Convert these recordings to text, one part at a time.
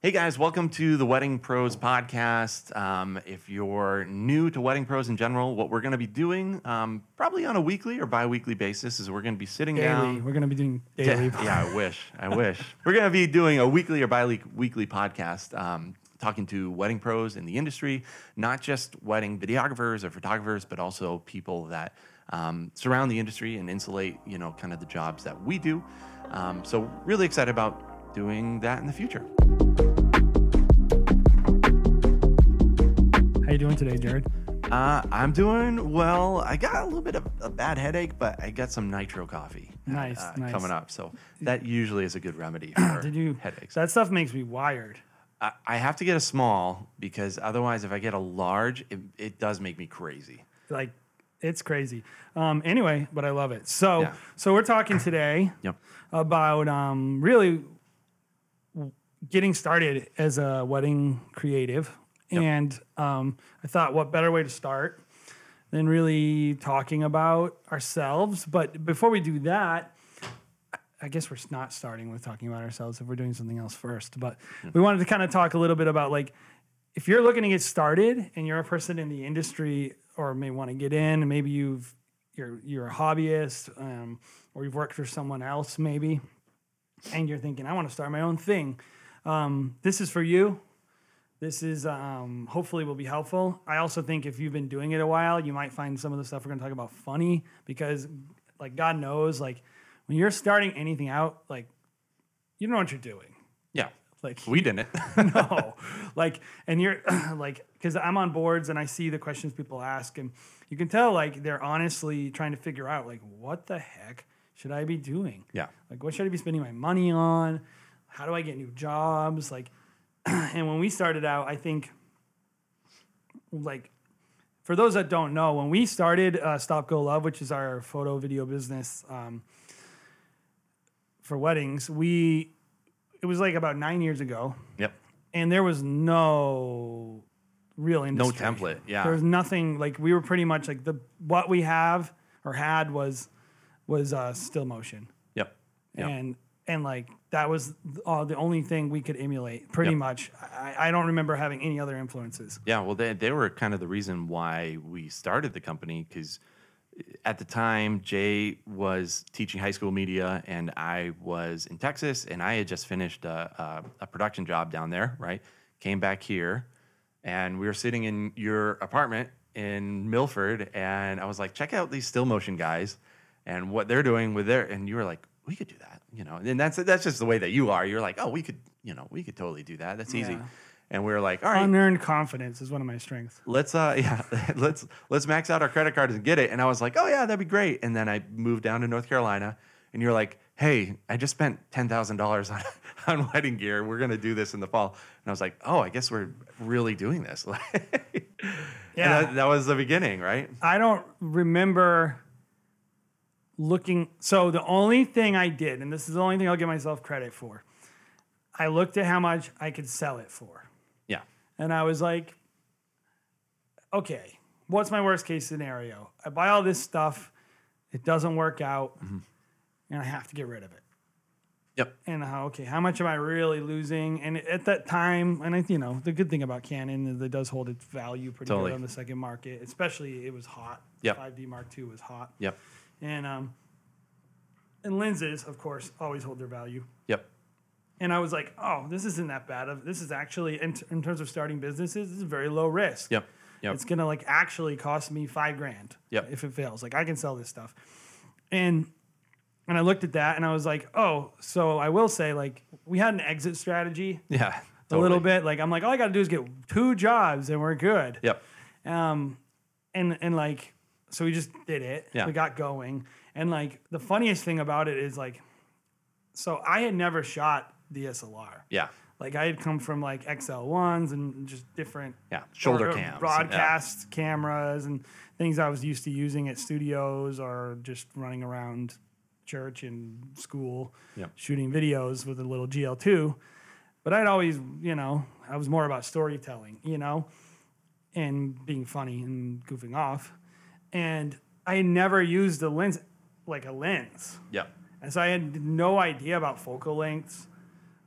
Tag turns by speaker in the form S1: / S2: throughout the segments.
S1: Hey guys, welcome to the Wedding Pros podcast. Um, if you're new to Wedding Pros in general, what we're going to be doing, um, probably on a weekly or bi weekly basis, is we're going to be sitting
S2: Daily.
S1: down.
S2: We're gonna be doing
S1: Yeah,
S2: daily.
S1: yeah, I wish. I wish. We're going to be doing a weekly or bi weekly podcast um, talking to wedding pros in the industry, not just wedding videographers or photographers, but also people that um, surround the industry and insulate, you know, kind of the jobs that we do. Um, so, really excited about doing that in the future.
S2: How you doing today, Jared?
S1: Uh, I'm doing well. I got a little bit of a bad headache, but I got some nitro coffee.
S2: Nice,
S1: uh,
S2: nice.
S1: Coming up, so that usually is a good remedy for
S2: Did you
S1: headaches.
S2: That stuff makes me wired.
S1: I, I have to get a small because otherwise, if I get a large, it, it does make me crazy.
S2: Like it's crazy. Um, anyway, but I love it. So
S1: Yeah.
S2: so we're talking today
S1: Yep.
S2: about um, really w- getting started as a wedding creative, and um, I thought, what better way to start than really talking about ourselves? But before we do that. I guess we're not starting with talking about ourselves if we're doing something else first. But we wanted to kind of talk a little bit about like if you're looking to get started and you're a person in the industry or may want to get in, maybe you've you're you're a hobbyist um, or you've worked for someone else maybe, and you're thinking I want to start my own thing. Um, this is for you. This is um, hopefully will be helpful. I also think if you've been doing it a while, you might find some of the stuff we're going to talk about funny because, like God knows, like when you're starting anything out, like you don't know what you're doing.
S1: Yeah,
S2: Like
S1: we didn't.
S2: no like and you're like because i'm on boards and i see the questions people ask and you can tell like they're honestly trying to figure out like what the heck should i be doing
S1: yeah,
S2: like what should i be spending my money on how do i get new jobs like and when we started out i think like for those that don't know when we started uh, stop go love which is our photo video business um, for weddings we it was like about nine years ago
S1: yep.
S2: and there was no real industry.
S1: template, yeah.
S2: There was nothing like we were pretty much like the what we have or had was was uh, still motion
S1: Yep. Yep.
S2: and and like that was uh, the only thing we could emulate pretty
S1: Yep.
S2: much. I, I don't remember having any other influences.
S1: Yeah, well, they, they were kind of the reason why we started the company because at the time, Jay was teaching high school media and I was in Texas and I had just finished a, a, a production job down there, right? Came back here and we were sitting in your apartment in Milford and I was like, check out these still motion guys and what they're doing with their, and you were like, we could do that, you know, and that's that's just the way that you are. You're like, oh, we could, you know, we could totally do that. That's easy.
S2: Yeah.
S1: And we were like, all right,
S2: Unearned confidence is one of my strengths.
S1: let's uh yeah let's let's max out our credit cards and get it and i was like oh yeah that'd be great and then i moved down to north carolina and you're like hey i just spent $10000 on on wedding gear we're going to do this in the fall and i was like oh i guess we're really doing this yeah
S2: Yeah.
S1: that, that was the beginning right
S2: I don't remember looking. So the only thing I did, and this is the only thing I'll give myself credit for, I looked at how much I could sell it for.
S1: yeah
S2: And I was like, okay, what's my worst case scenario? I buy all this stuff, it doesn't work out, and I have to get rid of it.
S1: yep
S2: And how okay, how much am I really losing? And at that time, and I, you know, the good thing about Canon is it does hold its value pretty
S1: Totally.
S2: good on the second market, especially it was hot.
S1: Yep.
S2: 5D Mark II was hot,
S1: yep
S2: and um, and lenses, of course, always hold their value
S1: yep
S2: and I was like, oh, this isn't that bad. Of this is actually in, in terms of starting businesses, this is very low risk.
S1: yep yep
S2: It's gonna like actually cost me five grand.
S1: Yep.
S2: If it fails, like I can sell this stuff, and and I looked at that and I was like, oh, so I will say like we had an exit strategy
S1: yeah
S2: a little
S1: totally.
S2: bit. Like I'm like all I gotta do is get two jobs and we're good.
S1: yep
S2: Um, and and like so we just did it.
S1: Yeah.
S2: We got going, and like the funniest thing about it is like, so I had never shot DSLR.
S1: yeah
S2: Like I had come from like XL ones and just different
S1: yeah shoulder
S2: broad-
S1: cams yeah.
S2: broadcast cameras and things I was used to using at studios or just running around church and school
S1: Yep.
S2: shooting videos with a little GL2. But I'd always, you know, I was more about storytelling, you know, and being funny and goofing off. And I never used a lens like a lens.
S1: yep
S2: And so I had no idea about focal lengths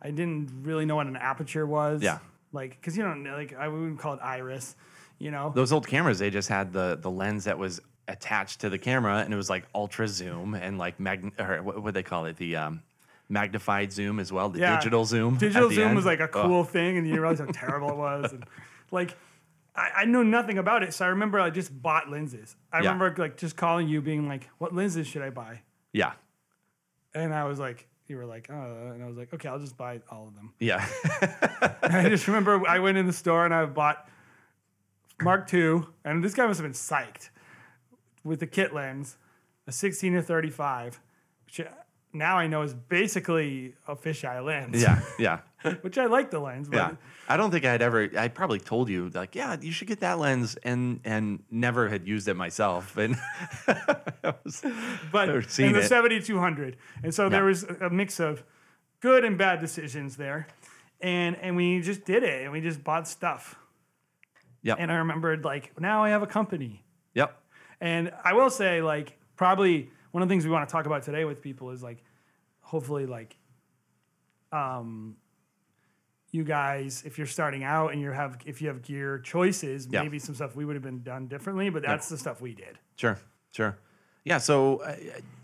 S2: I didn't really know what an aperture was.
S1: Yeah.
S2: Like, because you don't know, like I wouldn't call it iris, you know.
S1: Those old cameras, they just had the the lens that was attached to the camera, and it was like ultra zoom and like mag or what would they call it? The um, magnified zoom as well, the
S2: Yeah.
S1: digital zoom. at
S2: Digital
S1: the
S2: zoom
S1: end. Oh,
S2: was like a
S1: Ugh.
S2: cool thing, and you realize how terrible it was. And, like, I, I knew nothing about it, so I remember I just bought lenses. I
S1: Yeah.
S2: remember like just calling you, being like, "What lenses should I buy?"
S1: Yeah,
S2: And I was like, "You were like, uh," and I was like, "Okay, I'll just buy all of them."
S1: yeah,
S2: I just remember I went in the store and I bought Mark II, and this guy must have been psyched with the kit lens, a 16 to 35, which uh, now I know is basically a fisheye lens.
S1: yeah, yeah.
S2: Which I like the lens, but
S1: Yeah. I don't think I'd ever I probably told you like, yeah, you should get that lens and and never had used it myself. And I was-
S2: but
S1: Or
S2: in
S1: seen
S2: the
S1: it.
S2: 7200 and so there
S1: Yeah.
S2: was a mix of good and bad decisions there and and we just did it and we just bought stuff
S1: Yep.
S2: and i remembered like now i have a company
S1: yep.
S2: and i will say like probably one of the things we want to talk about today with people is like hopefully like um you guys if you're starting out and you have if you have gear choices
S1: Yeah.
S2: maybe some stuff we would have been done differently but that's the stuff we did
S1: Sure. Sure. Yeah, so I,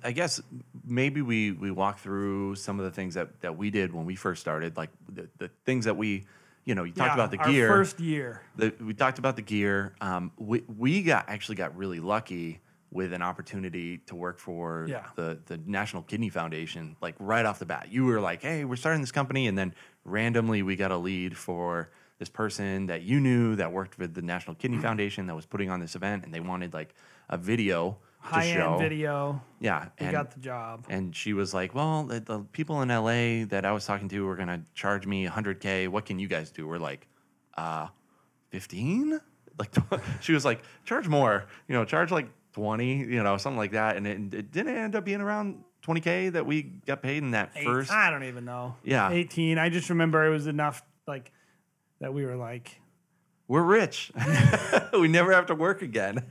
S1: I guess maybe we we walk through some of the things that that we did when we first started, like the, the things that we, you know, you talked
S2: Yeah,
S1: about the
S2: our
S1: gear.
S2: first year
S1: the, we talked about the gear. Um, we we got actually got really lucky with an opportunity to work for
S2: Yeah.
S1: the the National Kidney Foundation. Like right off the bat, you were like, "Hey, we're starting this company," and then randomly we got a lead for this person that you knew that worked with the National Kidney Foundation that was putting on this event, and they wanted like a video to
S2: high
S1: show.
S2: end video.
S1: Yeah,
S2: We
S1: and
S2: got the job.
S1: and she was like, "Well, the, the people in LA that I was talking to were gonna charge me 100k. What can you guys do?" We're like, "Uh, 15?" Like she was like, "Charge more. You know, charge like 20. You know, something like that." And it, it didn't end up being around 20k that we got paid in that
S2: Eight-
S1: first.
S2: I don't even know.
S1: Yeah.
S2: 18. I just remember it was enough like that we were like
S1: We're rich. we never have to work again.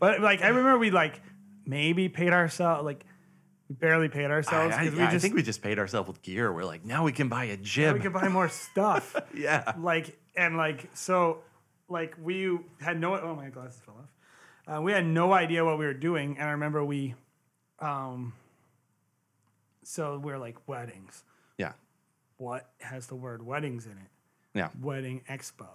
S2: but like I remember we like maybe paid ourselves like we barely paid
S1: I,
S2: ourselves
S1: I-
S2: because we
S1: I
S2: just
S1: think we just paid ourselves with gear. We're like, now we can buy a jib.
S2: we could buy more stuff.
S1: yeah.
S2: like and like so like we had no oh my glasses fell off uh, we had no idea what we were doing and i remember we um so we're like weddings
S1: Yeah.
S2: what has the word weddings in it
S1: Yeah.
S2: wedding expo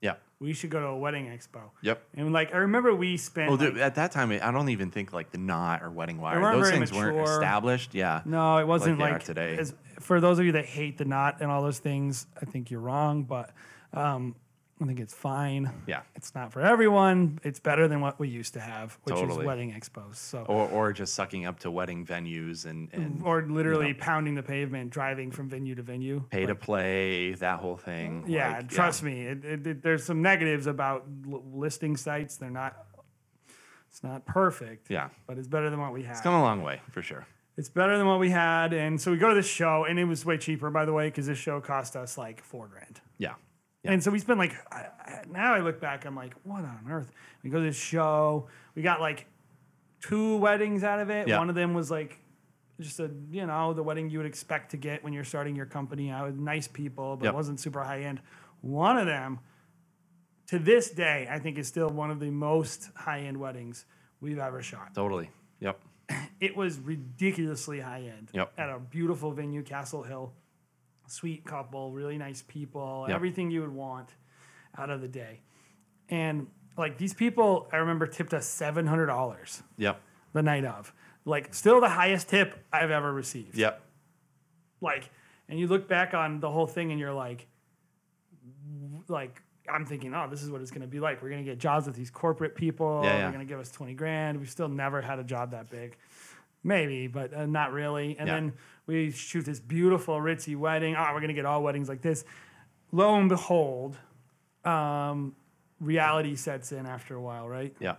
S1: Yeah.
S2: we should go to a wedding expo.
S1: Yep.
S2: And like I remember we spent
S1: Well,
S2: like-
S1: dude, at that time, I don't even think like the knot or wedding wire.
S2: weren't
S1: Those
S2: very
S1: things weren't
S2: mature.
S1: established. Yeah.
S2: no, it wasn't
S1: they are
S2: like,
S1: today.
S2: As, for those of you that hate the knot and all those things, I think you're wrong, but um, I think it's fine.
S1: Yeah.
S2: It's not for everyone. It's better than what we used to have, which
S1: Totally.
S2: is wedding expos. So
S1: Or,
S2: or,
S1: or just sucking up to wedding venues and, and
S2: literally pounding the pavement, driving from venue to venue.
S1: pay to play, that whole thing.
S2: Yeah,
S1: Like,
S2: trust me. It, it, it- there's some negatives about l- listing sites. They're not. It's not perfect.
S1: Yeah.
S2: But it's better than what we have.
S1: It's come a long way for sure.
S2: It's better than what we had. And so we go to this show, and it was way cheaper, by the way, because this show cost us like four grand.
S1: Yeah.
S2: And so we spent like, I, I, now I look back, I'm like, what on earth? We go to this show. We got like two weddings out of it.
S1: Yeah.
S2: One of them was like just a, you know, the wedding you would expect to get when you're starting your company out with nice people, but
S1: Yep.
S2: wasn't super high end. One of them, to this day, I think is still one of the most high end weddings we've ever shot
S1: Totally. Yep.
S2: it was ridiculously high end
S1: Yep.
S2: at a beautiful venue, Castle Hill. Sweet couple, really nice people,
S1: Yep.
S2: everything you would want out of the day. And like these people, I remember tipped us $700
S1: Yep.
S2: the night of. Like, still the highest tip I've ever received.
S1: Yep.
S2: Like, and you look back on the whole thing and you're like, w- like, I'm thinking, oh, this is what it's going to be like. We're going to get jobs with these corporate people.
S1: Yeah, yeah.
S2: They're going to give us 20 grand. We've still never had a job that big. Maybe, but uh, not really. And
S1: Yeah.
S2: then we shoot this beautiful ritzy wedding. Oh, we're going to get all weddings like this. Lo and behold, um, reality sets in after a while, right?
S1: Yeah.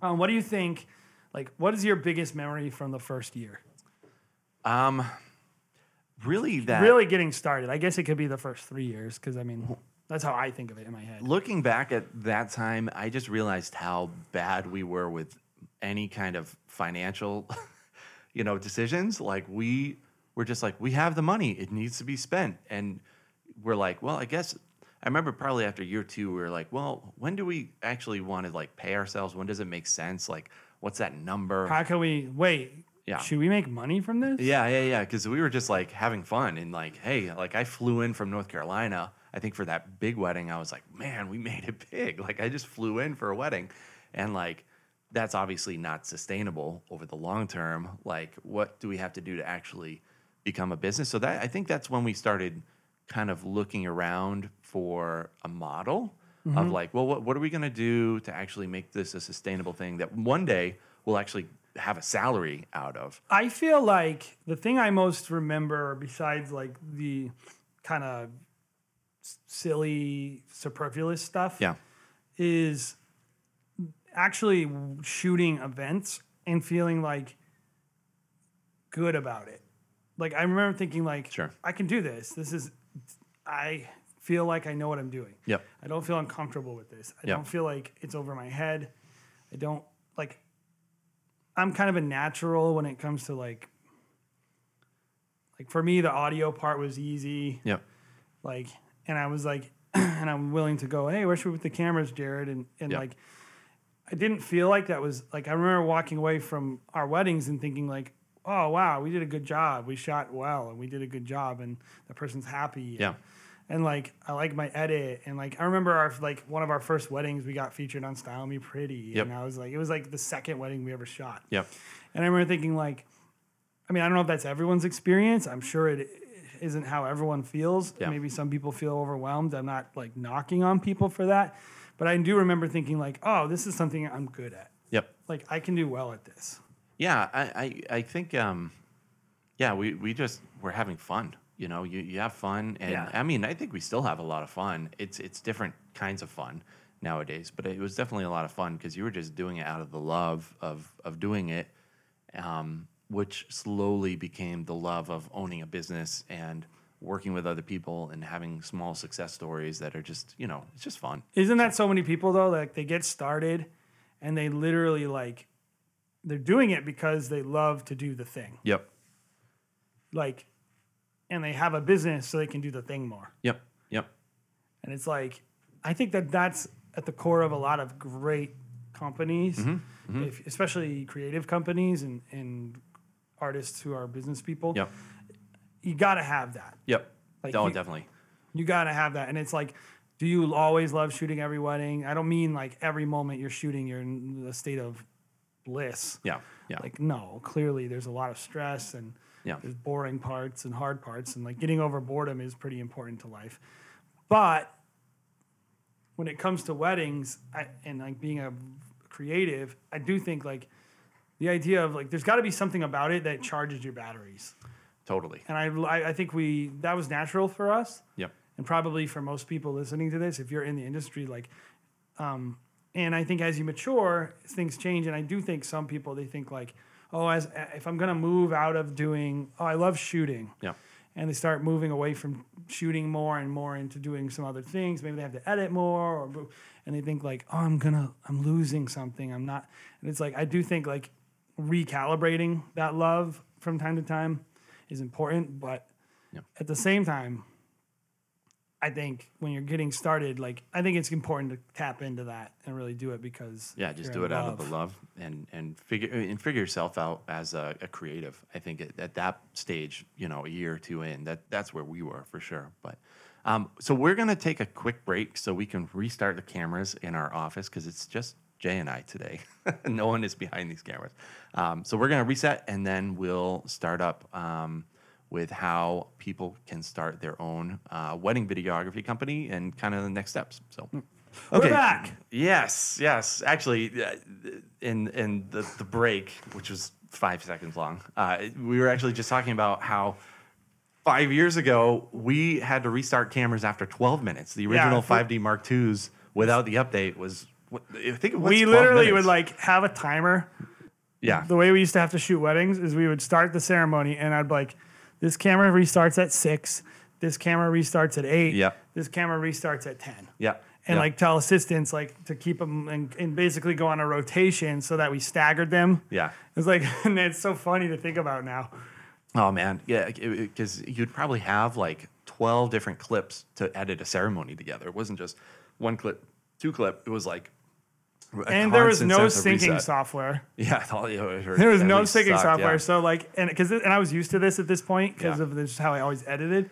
S2: Um, what do you think? Like, what is your biggest memory from the first year?
S1: Um, really that. Mm-hmm.
S2: really getting started. I guess it could be the first three years because I mean that's how I think of it in my head.
S1: Looking back at that time, I just realized how bad we were with any kind of financial, you know, decisions. Like we we're just like, we have the money, it needs to be spent. And we're like, well, I guess I remember probably after year two, we were like, well, when do we actually want to like pay ourselves? When does it make sense? Like, what's that number?
S2: How can we wait?
S1: Yeah.
S2: Should we make money from this?
S1: Yeah, yeah, yeah. Because we were just like having fun and like, hey, like I flew in from North Carolina. I think for that big wedding, I was like, man, we made it big. Like I just flew in for a wedding, and like that's obviously not sustainable over the long term. Like, what do we have to do to actually become a business? So that I think that's when we started kind of looking around for a model of like, well, what, what are we going to do to actually make this a sustainable thing that one day we'll actually have a salary out of?
S2: I feel like the thing I most remember, besides like the kind of silly, superfluous stuff,
S1: Yeah.
S2: is actually shooting events and feeling like good about it. Like I remember thinking like
S1: Sure.
S2: I can do this. This is I feel like I know what I'm doing.
S1: Yep.
S2: I don't feel uncomfortable with this. I
S1: Yeah.
S2: don't feel like it's over my head. I don't like I'm kind of a natural when it comes to like like for me the audio part was easy
S1: Yep.
S2: like and i was like and i'm willing to go hey where should we put the cameras jared and and
S1: Yeah.
S2: like i didn't feel like that was like i remember walking away from our weddings and thinking like oh wow we did a good job we shot well and we did a good job and the person's happy
S1: Yeah.
S2: and like i like my edit and like i remember our like one of our first weddings we got featured on style me pretty
S1: Yep.
S2: and i was like it was like the second wedding we ever shot
S1: Yep.
S2: and I remember thinking, like, I mean, I don't know if that's everyone's experience. I'm sure it isn't how everyone feels.
S1: Yeah.
S2: Maybe some people feel overwhelmed. I'm not like knocking on people for that. But I do remember thinking, like, oh, this is something I'm good at.
S1: Yep.
S2: Like, I can do well at this.
S1: Yeah, I, I, I think um, yeah, we, we just we're having fun. You know, you, you have fun, and
S2: Yeah.
S1: I mean, I think we still have a lot of fun. It's it's different kinds of fun nowadays, but it was definitely a lot of fun because you were just doing it out of the love of of doing it, um, which slowly became the love of owning a business and working with other people and having small success stories that are just you know it's just fun.
S2: Isn't that so many people though? Like they get started and they literally like they're doing it because they love to do the thing.
S1: Yep.
S2: Like and they have a business so they can do the thing more.
S1: Yep. Yep.
S2: And it's like, I think that that's at the core of a lot of great companies, If, especially creative companies and, and artists who are business people.
S1: Yep.
S2: You got to have that.
S1: Yep.
S2: Like
S1: oh,
S2: you-
S1: definitely.
S2: You got to have that. And it's like, do you always love shooting every wedding? I don't mean like every moment you're shooting, you're in a state of bliss.
S1: Yeah. Yeah.
S2: Like, no, clearly there's a lot of stress and
S1: Yeah.
S2: there's boring parts and hard parts. And like getting over boredom is pretty important to life. But when it comes to weddings I, and like being a creative, I do think like the idea of like there's got to be something about it that charges your batteries.
S1: Totally.
S2: And I, I, I think we, that was natural for us
S1: Yep.
S2: and probably for most people listening to this, if you're in the industry, like, um, and I think as you mature, things change. And I do think some people they think like, oh, as if I'm gonna move out of doing, oh, I love shooting,
S1: Yeah.
S2: and they start moving away from shooting more and more into doing some other things. Maybe they have to edit more, or and they think like, oh, I'm gonna, I'm losing something. I'm not, and it's like I do think like recalibrating that love from time to time is important, but
S1: Yeah.
S2: at the same time, I think when you're getting started, like I think it's important to tap into that and really do it because
S1: Yeah, just
S2: you're
S1: do
S2: in
S1: it out of the love and and figure and figure yourself out as a, a creative. I think at, at that stage, you know, a year or two in, that that's where we were for sure. But um, so we're gonna take a quick break so we can restart the cameras in our office because it's just Jay and I today. no one is behind these cameras. Um, so we're gonna reset and then we'll start up. Um, with how people can start their own uh, wedding videography company and kind of the next steps. So,
S2: We're back.
S1: Yes, yes. Actually, uh, in in the, the break, which was five seconds long, uh, we were actually just talking about how five years ago we had to restart cameras after 12 minutes. The original
S2: if we-
S1: 5D Mark IIs without the update was, what, I think it was
S2: we
S1: 12
S2: literally would
S1: minutes.
S2: like have a timer.
S1: yeah,
S2: The way we used to have to shoot weddings is we would start the ceremony and I'd be like, this camera restarts at six, this camera restarts at eight,
S1: Yeah.
S2: this camera restarts at ten.
S1: yeah,
S2: And
S1: yeah.
S2: like tell assistants like to keep them and, and basically go on a rotation so that we staggered them.
S1: yeah,
S2: It's like and it's so funny to think about now.
S1: Oh man, yeah, because you'd probably have like twelve different clips to edit a ceremony together. It wasn't just one clip, two clip. It was like, a
S2: and there was
S1: constant
S2: no
S1: sense of
S2: syncing
S1: reset.
S2: software.
S1: Yeah, all- yeah, or
S2: There was
S1: at
S2: no
S1: least
S2: syncing
S1: sucked,
S2: software.
S1: yeah.
S2: So like, and because and I was used to this at this point because
S1: Yeah.
S2: of this, how I always edited.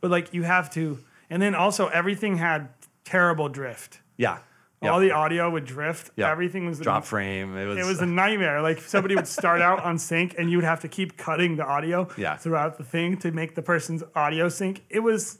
S2: But like, you have to, and then also everything had terrible drift.
S1: Yeah, yeah.
S2: All the audio would drift.
S1: Yeah.
S2: Everything was
S1: drop frame. It was,
S2: It was a nightmare. Like somebody would start out on sync, and you would have to keep cutting the audio
S1: Yeah.
S2: throughout the thing to make the person's audio sync. It was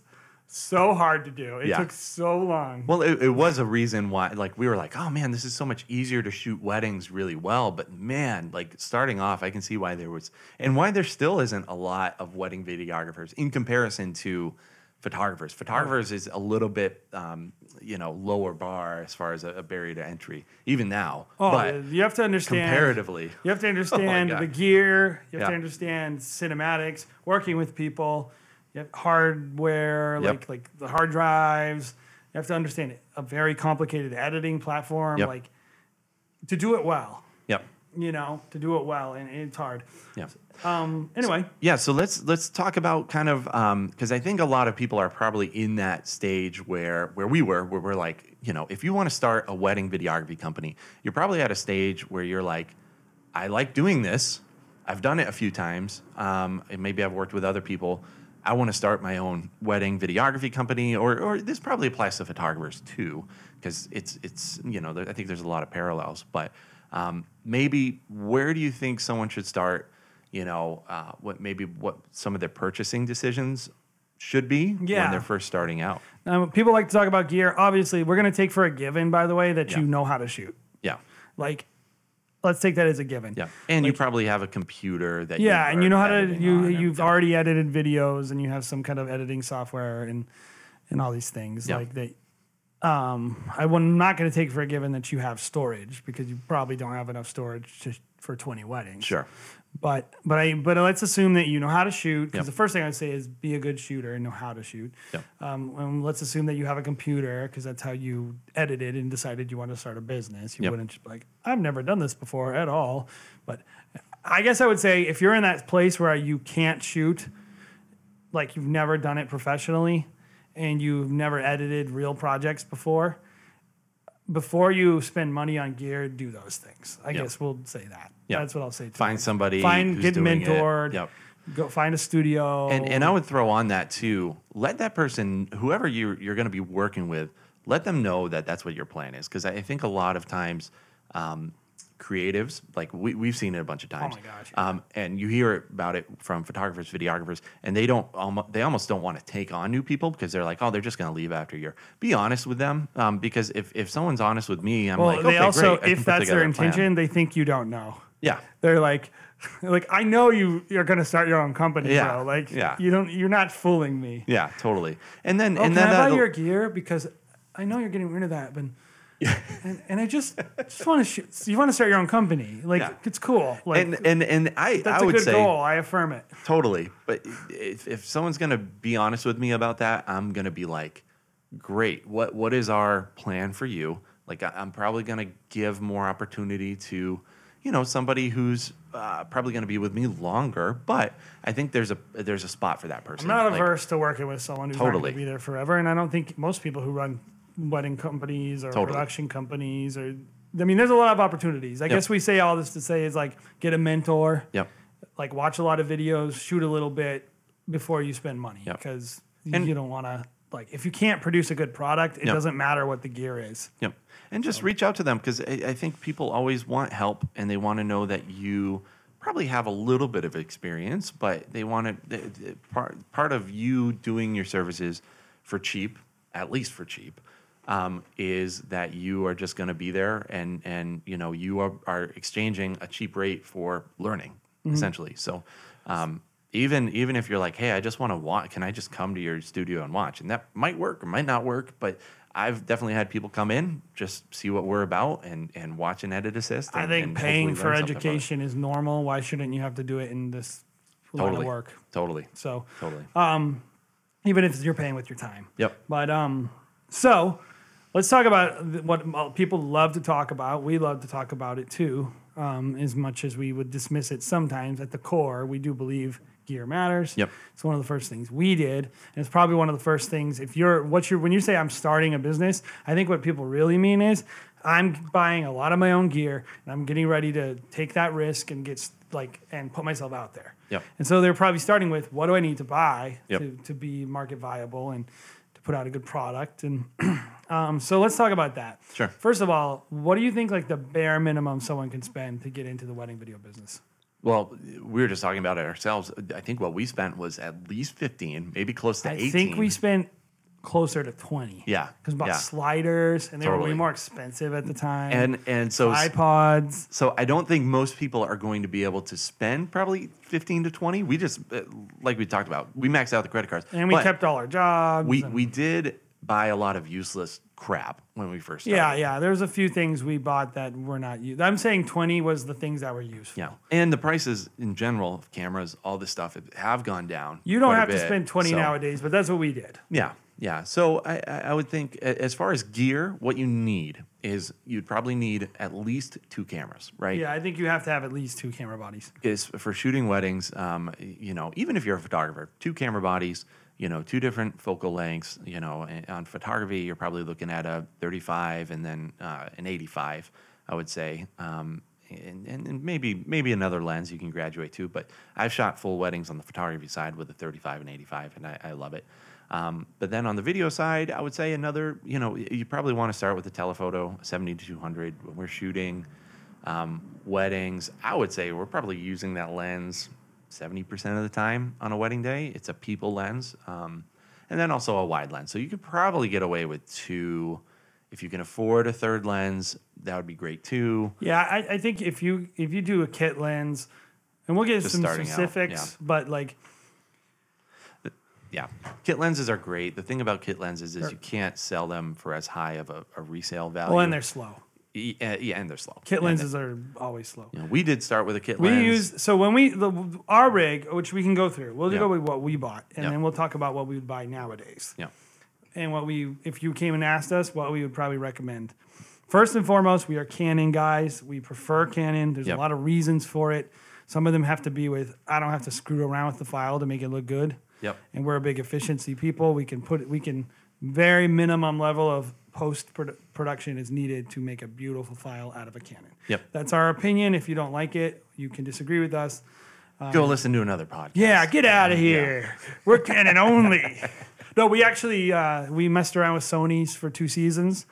S2: so hard to do. It
S1: Yeah.
S2: took so long.
S1: well, it, it was a reason why. Like we were like, oh man, this is so much easier to shoot weddings really well. But man, like starting off, I can see why there was and why there still isn't a lot of wedding videographers in comparison to photographers. Photographers is a little bit, um, you know, lower bar as far as a, a barrier to entry, even now.
S2: Oh,
S1: but
S2: you have to understand.
S1: comparatively,
S2: You have to understand
S1: God.
S2: the gear. You have to
S1: Yeah.
S2: understand cinematics, working with people, you have hardware,
S1: Yep.
S2: like like the hard drives. You have to understand a very complicated editing platform,
S1: Yep.
S2: like to do it well.
S1: yep,
S2: You know, to do it well, and it's hard.
S1: yeah.
S2: Um. Anyway,
S1: yeah so let's let's talk about kind of because i think a lot of people are probably in that stage where where we were where we're like you know if you want to start a wedding videography company you're probably at a stage where you're like i like doing this i've done it a few times um, and maybe i've worked with other people i want to start my own wedding videography company or or this probably applies to photographers too because it's it's you know there, i think there's a lot of parallels but um, maybe where do you think someone should start you know, uh, what maybe what some of their purchasing decisions should be
S2: Yeah.
S1: when they're first starting out.
S2: um, people like to talk about gear. Obviously, we're going to take for a given, by the way, that
S1: Yeah.
S2: you know how to shoot.
S1: Yeah.
S2: Like, let's take that as a given.
S1: Yeah. And you probably have a computer that
S2: Yeah, and you
S1: are
S2: know how to
S1: editing
S2: you
S1: on and-
S2: you've already edited videos and you have some kind of editing software and and all these things
S1: Yeah.
S2: like that. Um, I will not going to take for a given that you have storage because you probably don't have enough storage to, for twenty weddings.
S1: Sure.
S2: but but I but let's assume that you know how to shoot because
S1: Yep.
S2: the first thing I'd say is be a good shooter and know how to shoot.
S1: Yep.
S2: Um, and let's assume that you have a computer because that's how you edited and decided you want to start a business. You
S1: Yep.
S2: wouldn't just be like I've never done this before at all. But I guess I would say if you're in that place where you can't shoot, like you've never done it professionally, and you've never edited real projects before. Before you spend money on gear, do those things. I
S1: Yep.
S2: guess we'll say that.
S1: Yep.
S2: That's what I'll say. To
S1: Find somebody.
S2: find
S1: who's
S2: get
S1: doing it.
S2: mentored.
S1: Yep.
S2: Go find a studio.
S1: And and I would throw on that too. Let that person, whoever you you're going to be working with, let them know that that's what your plan is. Because I think a lot of times, um, creatives like we we've seen it a bunch of times.
S2: Oh my gosh,
S1: Um, and you hear about it from photographers, videographers, and they don't almost they almost don't want to take on new people because they're like, oh, they're just going to leave after a year. Be honest with them, um, because if if someone's honest with me, I'm
S2: well,
S1: like,
S2: they
S1: okay,
S2: also
S1: great, I can
S2: if
S1: put
S2: that's their
S1: together a plan."
S2: intention, they think you don't know.
S1: yeah.
S2: They're like, like I know you you're gonna start your own company,
S1: Yeah,
S2: bro. Like
S1: yeah.
S2: you don't you're not fooling me.
S1: Yeah, totally. And then,
S2: Oh,
S1: and
S2: can
S1: then uh,
S2: I buy
S1: that'll-
S2: your gear because I know you're getting rid of that, but. and, and I just just want to shoot. So you want to start your own company, like
S1: Yeah.
S2: it's cool. Like
S1: and and and I
S2: that's
S1: I
S2: a
S1: would
S2: good
S1: say
S2: goal. I affirm it.
S1: Totally. But if, if someone's going to be honest with me about that, I'm going to be like, great. What What is our plan for you? Like, I, I'm probably going to give more opportunity to, you know, somebody who's uh, probably going to be with me longer. But I think there's a there's a spot for that
S2: I'm
S1: person.
S2: not
S1: Like,
S2: averse to working with someone who's not
S1: Totally.
S2: going to be there forever, and I don't think most people who run wedding companies or
S1: Totally.
S2: production companies or I mean, there's a lot of opportunities. I guess we say all this to say is like get a mentor,
S1: Yep.
S2: like watch a lot of videos, shoot a little bit before you spend money
S1: Yep.
S2: because
S1: And-
S2: you don't want to like if you can't produce a good product, it
S1: Yep.
S2: doesn't matter what the gear is.
S1: Yep. And just reach out to them because I, I think people always want help and they want to know that you probably have a little bit of experience, but they want to, the, the part, part of you doing your services for cheap, at least for cheap. Um, is that you are just going to be there and and you know you are, are exchanging a cheap rate for learning
S2: Mm-hmm.
S1: essentially so um, even even if you're like hey i just want to watch can i just come to your studio and watch and that might work or might not work but I've definitely had people come in, just see what we're about, and and watch an edit assist.
S2: I
S1: and-
S2: think
S1: and
S2: paying
S1: hopefully
S2: for
S1: learn something from it.
S2: education is normal. Why shouldn't you have to do it in this line
S1: Totally
S2: of work? Uh,
S1: Totally.
S2: So
S1: Totally.
S2: even if you're paying with your time.
S1: yep.
S2: But um, so let's talk about th- what uh, people love to talk about. We love to talk about it too, um, as much as we would dismiss it sometimes. At the core, we do believe gear matters.
S1: Yep.
S2: It's one of the first things we did, and it's probably one of the first things. If you're what you're when you say I'm starting a business, I think what people really mean is I'm buying a lot of my own gear and I'm getting ready to take that risk and get s- like and put myself out there.
S1: Yep.
S2: And so they're probably starting with what do I need to buy
S1: Yep.
S2: to to be market viable and to put out a good product and. Um, so let's talk about that.
S1: Sure.
S2: First of all, what do you think like the bare minimum someone can spend to get into the wedding video business?
S1: Well, we were just talking about it ourselves. I think what we spent was at least 15, maybe close to
S2: I
S1: 18.
S2: think we spent closer to 20.
S1: Yeah,
S2: Because about
S1: yeah.
S2: sliders and they were
S1: Totally.
S2: way more expensive at the time.
S1: and and so
S2: iPods.
S1: so I don't think most people are going to be able to spend probably 15 to 20. We just uh, like we talked about, we maxed out the credit cards.
S2: And we
S1: But
S2: kept all our jobs.
S1: we
S2: and-
S1: we did buy a lot of useless crap when we first started.
S2: yeah, yeah. There's a few things we bought that were not used. I'm saying 20 was the things that were useful.
S1: Yeah, and the prices in general of cameras, all this stuff have gone down.
S2: You don't
S1: quite a
S2: have to
S1: bit.
S2: spend 20
S1: So-
S2: nowadays, but that's what we did.
S1: Yeah, yeah. So I, I I would think a- as far as gear, what you need is you'd probably need at least two cameras, right?
S2: Yeah, I think you have to have at least two camera bodies.
S1: Is for shooting weddings, um, you know, even if you're a photographer, two camera bodies, you know, two different focal lengths, you know, and on photography, you're probably looking at a 35 and then uh, an 85, I would say. Um, and, and, and maybe maybe another lens you can graduate to, but I've shot full weddings on the photography side with a 35 and 85, and I, I love it. Um, but then on the video side, I would say another, you know, y- you probably want to start with a telephoto 70 to 200 when we're shooting um, weddings. I would say we're probably using that lens 70% of the time on a wedding day. It's a people lens. Um, and then also a wide lens. So you could probably get away with two. If you can afford a third lens, that would be great too.
S2: Yeah, I, I think if you if you do a kit lens, and we'll get
S1: Just
S2: some
S1: starting out,
S2: specifics,
S1: yeah.
S2: but like
S1: Yeah. Kit lenses are great. The thing about kit lenses is you can't sell them for as high of a, a resale value.
S2: oh, and they're slow.
S1: E- uh, yeah, and they're slow.
S2: Kit
S1: And
S2: lenses are always slow.
S1: You know, we did start with a kit
S2: We
S1: lens.
S2: use so when we the, our rig, which we can go through. We'll
S1: Yeah.
S2: go with what we bought, and
S1: Yeah.
S2: then we'll talk about what we would buy nowadays,
S1: yeah,
S2: and what we if you came and asked us what we would probably recommend. First and foremost, we are Canon guys. We prefer Canon. There's
S1: Yep.
S2: a lot of reasons for it. Some of them have to be with I don't have to screw around with the file to make it look good.
S1: Yep.
S2: And we're a big efficiency people. We can put we can very minimum level of post produ- production is needed to make a beautiful file out of a Canon.
S1: Yep.
S2: That's our opinion. If you don't like it, you can disagree with us.
S1: go listen to another podcast.
S2: Um, Yeah, get out of here. We're Canon only. No, we actually uh, we messed around with Sony's for two seasons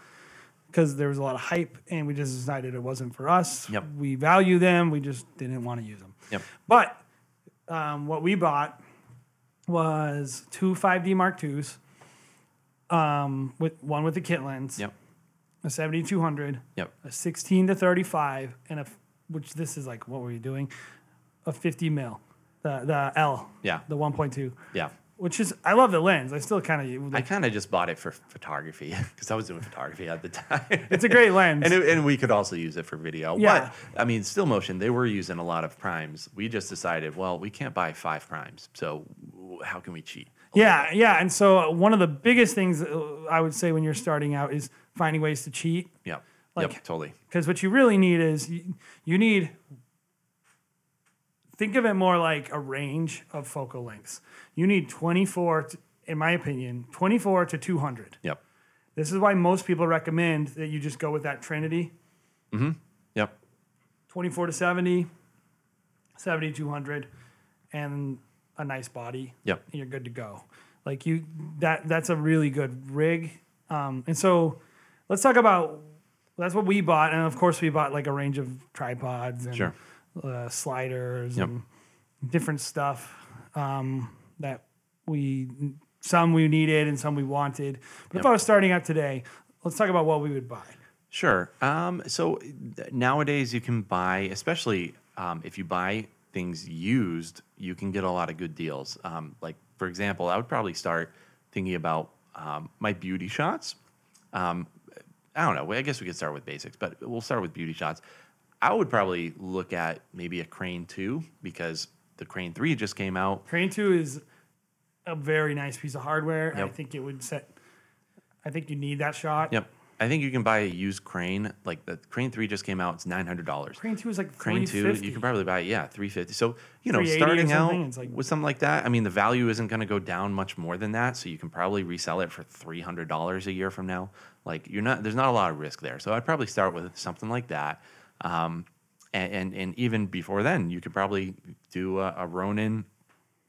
S2: because there was a lot of hype, and we just decided it wasn't for us.
S1: Yep.
S2: We value them. We just didn't want to use them.
S1: Yep.
S2: But um, what we bought was two 5D Mark IIs, um, with one with the kit lens,
S1: Yep.
S2: a 7200,
S1: Yep.
S2: a 16 to 35, and a f- which this is like what were you doing? A 50 mil, the the L,
S1: Yeah.
S2: the 1.2,
S1: Yeah.
S2: which is I love the lens. I still kind of
S1: I kind of just bought it for photography because I was doing photography at the time.
S2: it's a great lens.
S1: And, it, and we could also use it for video.
S2: Yeah.
S1: But, I mean, still motion, they were using a lot of primes. We just decided, well, we can't buy five primes. So w- how can we cheat?
S2: Yeah, yeah. And so uh, one of the biggest things uh, I would say when you're starting out is finding ways to cheat.
S1: Yep.
S2: Like-
S1: yep. Totally.
S2: Because what you really need is you, you need think of it more like a range of focal lengths. You need 24, to, in my opinion, 24 to 200.
S1: Yep.
S2: This is why most people recommend that you just go with that Trinity
S1: Yep.
S2: 24 to 70, 70 200, and a nice body.
S1: Yep.
S2: and you're good to go. Like you, that that's a really good rig. Um, and so, let's talk about that's what we bought, and of course we bought like a range of tripods and
S1: Sure.
S2: uh, sliders
S1: Yep.
S2: and different stuff um, that we some we needed and some we wanted. But if I was starting out today, let's talk about what we would buy.
S1: Sure. Um, so th- nowadays you can buy, especially um, if you buy things used, you can get a lot of good deals. Um, like for example, I would probably start thinking about um, my beauty shots. Um, I don't know. I guess we could start with basics, but we'll start with beauty shots. I would probably look at maybe a Crane two because the Crane three just came out.
S2: Crane two is a very nice piece of hardware. I
S1: Yep.
S2: think it would set. I think you need that shot.
S1: Yep. I I think you can buy a used crane. Like the crane three just came out. It's nine hundred dollars.
S2: Crane two is like
S1: Crane two, you
S2: 350.
S1: can probably buy it, yeah three fifty. So you know,
S2: 380 or
S1: starting out
S2: something, it's like-
S1: with something like that, I mean, the value isn't going to go down much more than that. So you can probably resell it for three hundred dollars a year from now. Like you're not, there's not a lot of risk there. So I'd probably start with something like that. Um, and, and and even before then, you could probably do a, a Ronin,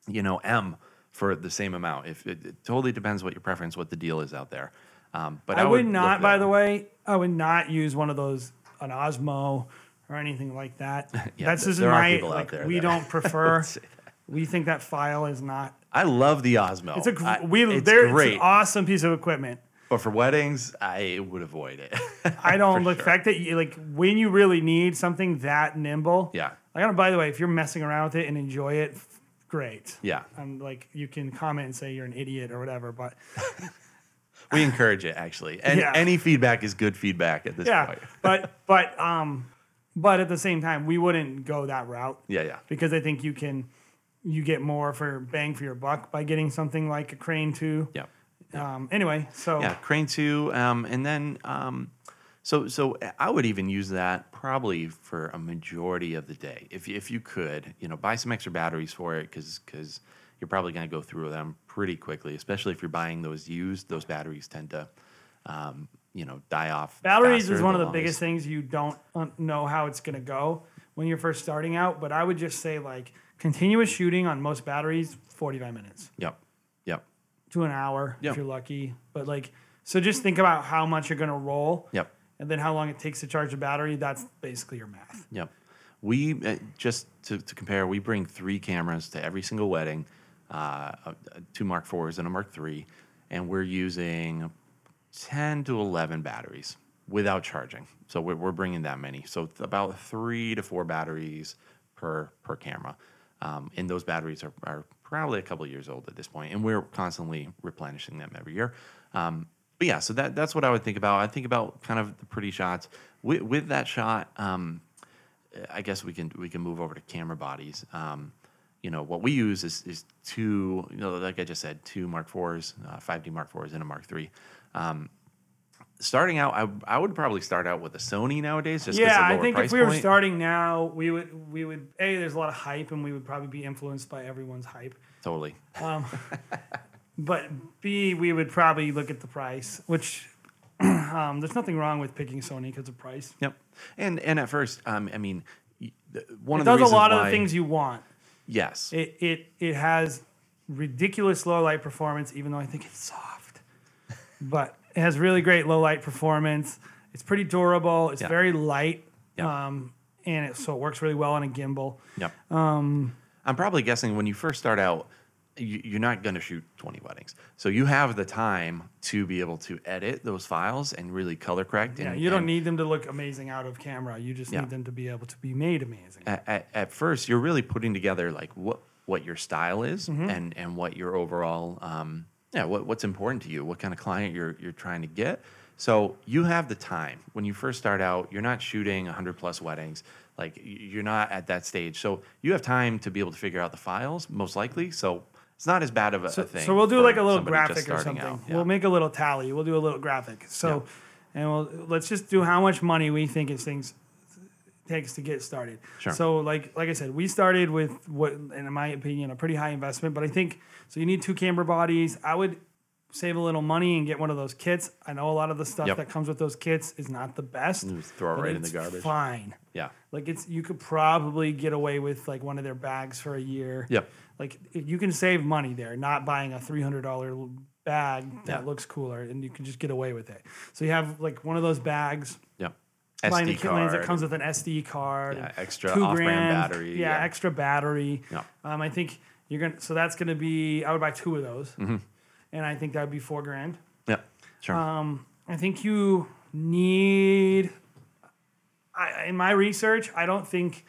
S1: you know, M for the same amount. If it, it totally depends what your preference, what the deal is out there. Um, but I,
S2: I would
S1: look
S2: not,
S1: at
S2: by
S1: it.
S2: the way, I would not use one of those an Osmo or anything like that.
S1: Yeah,
S2: That's
S1: th-
S2: just
S1: there are
S2: my
S1: people out
S2: like,
S1: there
S2: we
S1: that-
S2: don't prefer. we think that file is not.
S1: I love the Osmo.
S2: It's a gr-
S1: I-
S2: we
S1: it's
S2: there.
S1: great.
S2: It's an awesome piece of equipment.
S1: But for weddings, I would avoid it.
S2: I
S1: For
S2: don't look.
S1: sure.
S2: Fact that you like when you really need something that nimble.
S1: Yeah.
S2: I gotta. By the way, if you're messing around with it and enjoy it, f- great.
S1: Yeah.
S2: I'm like you can comment and say you're an idiot or whatever, but
S1: We encourage it actually. And
S2: Yeah.
S1: any feedback is good feedback at this
S2: yeah.
S1: point.
S2: but but um, but at the same time, we wouldn't go that route.
S1: Yeah, yeah.
S2: because I think you can you get more for bang for your buck by getting something like a crane too.
S1: Yeah.
S2: Um, anyway, so
S1: Yeah. Crane two. Um, and then um so so I would even use that probably for a majority of the day. If you- if you could, you know, buy some extra batteries for it because because you're probably gonna go through them pretty quickly, especially if you're buying those used, those batteries tend to um, you know, die off.
S2: batteries
S1: faster
S2: is one of
S1: the
S2: the biggest things you don't uh, know how it's gonna go when you're first starting out. But I would just say like continuous shooting on most batteries, 45 minutes
S1: longest. Yep. Yep.
S2: to an hour
S1: Yeah.
S2: if you're lucky. But like so, just think about how much you're gonna roll.
S1: Yep.
S2: And then how long it takes to charge a battery, that's basically your math.
S1: Yep. We uh, just to, to compare, we bring three cameras to every single wedding, uh, a- a- two Mark IVs and a Mark III, and we're using ten to eleven batteries without charging. So we're, we're bringing that many. So th- about three to four batteries per per camera, um, and those batteries are, are probably a couple years old at this point, and we're constantly replenishing them every year. Um, but yeah, so that that's what I would think about. I think about kind of the pretty shots. With, with that shot, um, I guess we can we can move over to camera bodies. Um, you know what we use is is two, you know, like I just said, two Mark IVs, uh, 5D Mark IVs, and a Mark III. Um, starting out, I, I would probably start out with a Sony nowadays, just 'cause
S2: Yeah,
S1: the
S2: I
S1: lower
S2: think
S1: price
S2: if we were
S1: point.
S2: starting now, we would we would a there's a lot of hype, and we would probably be influenced by everyone's hype.
S1: totally,
S2: But B, we would probably look at the price, which um, there's nothing wrong with picking Sony because of price.
S1: yep. And and at first, um, I mean, y- the- one
S2: It
S1: of the
S2: does a
S1: reasons
S2: lot of
S1: why-
S2: the things you want.
S1: Yes,
S2: It it it has ridiculous low light performance, even though I think it's soft. but it has really great low light performance. It's pretty durable. It's
S1: Yeah.
S2: very light,
S1: Yeah.
S2: um, and it, so it works really well on a gimbal.
S1: Yep.
S2: Um,
S1: I'm probably guessing when you first start out, you, you're not going to shoot 20 weddings. So you have the time to be able to edit those files and really color correct.
S2: Yeah,
S1: and,
S2: you don't
S1: and
S2: need them to look amazing out of camera. You just
S1: Yeah.
S2: need them to be able to be made amazing.
S1: At, at, at first, you're really putting together like what what your style is
S2: Mm-hmm.
S1: and and what your overall um, yeah what, what's important to you, what kind of client you're you're trying to get. So you have the time when you first start out. You're not shooting 100 plus weddings. Like y- you're not at that stage. So you have time to be able to figure out the files, most likely. So it's not as bad of a, a
S2: So,
S1: thing.
S2: so we'll do
S1: for
S2: like a little
S1: somebody just
S2: graphic or
S1: starting
S2: something.
S1: out. Yeah.
S2: We'll make a little tally. We'll do a little graphic. So, and we'll let's just do how much money we think it things takes to get started.
S1: Sure.
S2: So, like like I said, we started with what, in my opinion, a pretty high investment. But I think so. You need two camera bodies. I would save a little money and get one of those kits. I know a lot of the stuff
S1: Yep.
S2: that comes with those kits is not the best.
S1: Just throw it
S2: but
S1: right in the
S2: it's
S1: garbage.
S2: Fine.
S1: yeah.
S2: Like it's you could probably get away with like one of their bags for a year.
S1: Yep.
S2: Like you can save money there, not buying a three hundred dollar bag that
S1: Yeah.
S2: looks cooler, and you can just get away with it. So you have like one of those bags,
S1: Yep.
S2: buying the
S1: SD
S2: kit lens that
S1: card.
S2: comes with an SD card,
S1: Yeah,
S2: and
S1: extra off-brand battery,
S2: yeah,
S1: yeah.
S2: extra battery.
S1: Yeah.
S2: Um, I think you're gonna. So that's gonna be. I would buy two of those,
S1: Mm-hmm.
S2: and I think that would be four grand.
S1: Yep. Sure.
S2: Um, I think you need. I, in my research, I don't think.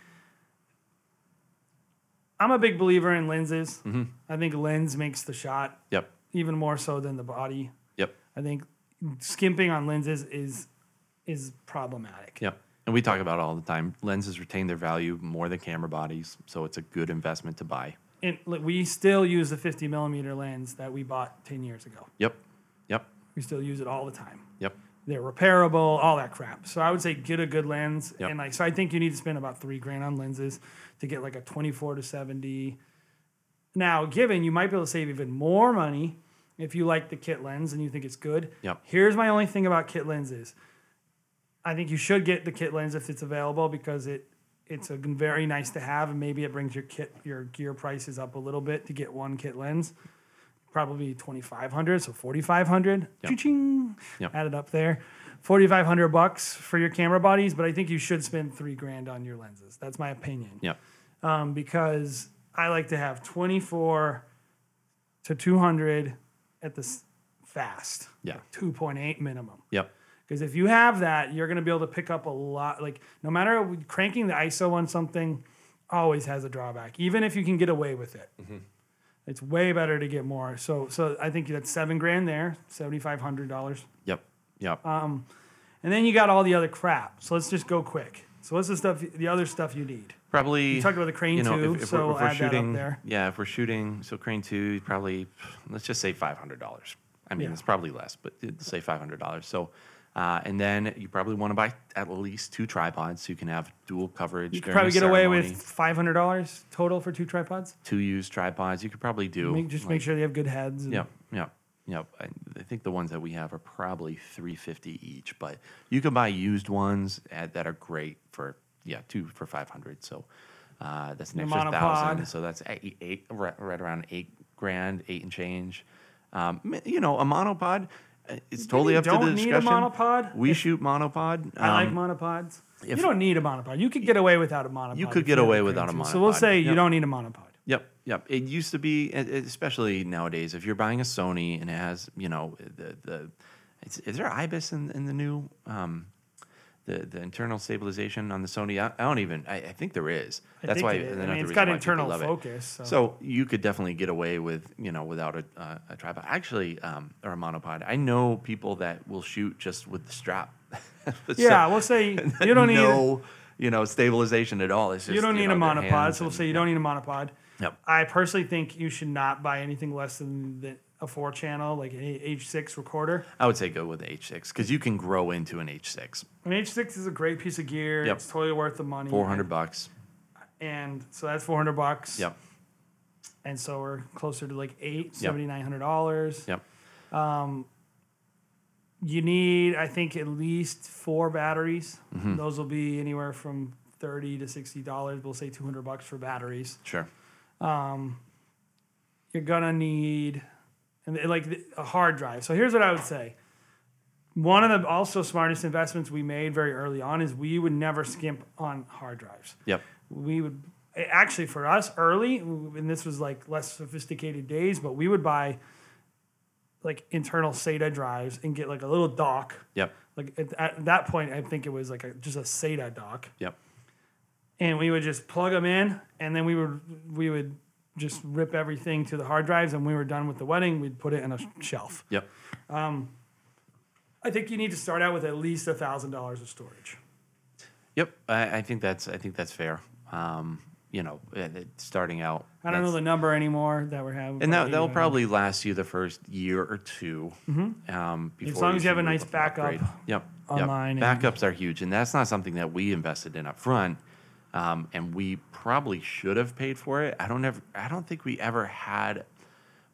S2: I'm a big believer in lenses. I think lens makes the shot
S1: yep.
S2: even more so than the body.
S1: Yep.
S2: I think skimping on lenses is is problematic.
S1: Yep. And we talk about it all the time. Lenses retain their value more than camera bodies, so it's a good investment to buy.
S2: And li- we still use the 50 millimeter lens that we bought 10 years ago.
S1: Yep. Yep.
S2: We still use it all the time.
S1: Yep.
S2: they're repairable, all that crap. So I would say get a good lens,
S1: Yep.
S2: and like so I think you need to spend about three grand on lenses to get like a twenty four to seventy. Now, given you might be able to save even more money if you like the kit lens and you think it's good.
S1: Yep.
S2: Here's my only thing about kit lenses. I think you should get the kit lens if it's available because it it's a very nice to have and maybe it brings your kit your gear prices up a little bit to get one kit lens. Probably twenty five hundred, so forty five hundred.
S1: Yep.
S2: Ching,
S1: Yep.
S2: add it up there. Forty five hundred bucks for your camera bodies, but I think you should spend three grand on your lenses. That's my opinion
S1: Yep.
S2: um, because I like to have 24 to 200 at the s- fast.
S1: Yeah.
S2: 2.8 minimum.
S1: Yep.
S2: Because if you have that, you're going to be able to pick up a lot. Like, no matter cranking the ISO on something always has a drawback, even if you can get away with it.
S1: Mm-hmm.
S2: It's way better to get more. So, so I think that's seven grand there, $7,500.
S1: Yep. Yep.
S2: Uh, And then you got all the other crap. So let's just go quick. So, what's the stuff, the other stuff you need?
S1: probably
S2: you talked about the crane too, so we'll add that up
S1: shooting,
S2: there.
S1: Yeah, if we're shooting, so crane two probably let's just say five hundred dollars. I mean,
S2: Yeah.
S1: it's probably less, but let's say five hundred dollars. So, uh, and then you probably want to buy at least two tripods so you can have dual coverage.
S2: You could
S1: during
S2: probably
S1: the
S2: get away with
S1: ceremony.
S2: five hundred dollars total for two tripods.
S1: two used tripods. You could probably do
S2: Make, just make sure they have good heads. and-
S1: Yep, yep, yep. I, I think the ones that we have are probably three fifty each, but you can buy used ones at, that are great for yeah two for five hundred. So uh, that's an
S2: The
S1: extra
S2: monopod.
S1: thousand. So that's eight, eight right, right around eight grand, eight and change. Um, m- you know, a monopod. uh, It's totally
S2: you
S1: up to
S2: don't
S1: the
S2: need a
S1: discussion.
S2: monopod.
S1: We shoot monopod.
S2: I like
S1: Um,
S2: monopods.
S1: if-
S2: you don't need a monopod. You could get away without a monopod.
S1: You could
S2: if
S1: get
S2: have
S1: away
S2: the
S1: without a
S2: currency. So we'll
S1: monopod.
S2: say you
S1: Yep.
S2: don't need a monopod.
S1: Yep, yep. It used to be, e- e- especially nowadays, if you're buying a Sony and it has, you know, the the it's, is there IBIS in, in the new um, the the internal stabilization on the Sony? I, I don't even. I, I think there is.
S2: I
S1: That's
S2: think
S1: why.
S2: it is.
S1: and
S2: I mean,
S1: another
S2: it's
S1: reason
S2: got
S1: why people
S2: internal
S1: love it.
S2: focus, so-
S1: So you could definitely get away with you know without a uh, a tripod. Actually, um, or a monopod. I know people that will shoot just with the strap.
S2: Yeah, we'll say you don't need a-
S1: no, you know, stabilization at all. It's just,
S2: you don't need
S1: know,
S2: a
S1: their
S2: monopod.
S1: hands
S2: So we'll
S1: and-
S2: say you don't need a monopod.
S1: Yep.
S2: I personally think you should not buy anything less than the, a four channel like a H6 recorder.
S1: I would say go with H6 because you can grow into an H6.
S2: An H6 is a great piece of gear.
S1: Yep.
S2: It's totally worth the money.
S1: 400 bucks.
S2: And so that's 400 bucks.
S1: Yep.
S2: And so we're closer to like eight,
S1: Yep.
S2: $7,900.
S1: Yep.
S2: you need i think at least four batteries
S1: Mm-hmm.
S2: those will be anywhere from 30 to 60 dollars we'll say 200 bucks for batteries
S1: Sure.
S2: you're gonna need and like th- a hard drive so here's what i would say one of the also smartest investments we made very early on is we would never skimp on hard drives
S1: Yep.
S2: we would actually for us early and this was like less sophisticated days but we would buy like internal sata drives and get like a little dock
S1: Yep.
S2: like at, at that point i think it was like a, just a sata dock
S1: Yep.
S2: and we would just plug them in and then we would we would just rip everything to the hard drives and we were done with the wedding we'd put it in a shelf
S1: Yep.
S2: i think you need to start out with at least a thousand dollars of storage
S1: Yep. I, I think that's I think that's fair. Um, you know, it- it- starting out.
S2: i don't know
S1: that's-
S2: the number anymore that we're having
S1: And that
S2: but, you
S1: that'll
S2: know,
S1: probably last you the first year or 2 Um, before
S2: long Mm-hmm. as you have a
S1: should
S2: nice
S1: look to upgrade.
S2: backup
S1: Yep.
S2: online
S1: Yep.
S2: and-
S1: Backups are huge, and that's not something that we invested in up front. Um, and we probably should have paid for it. I don't ever. I don't think we ever had.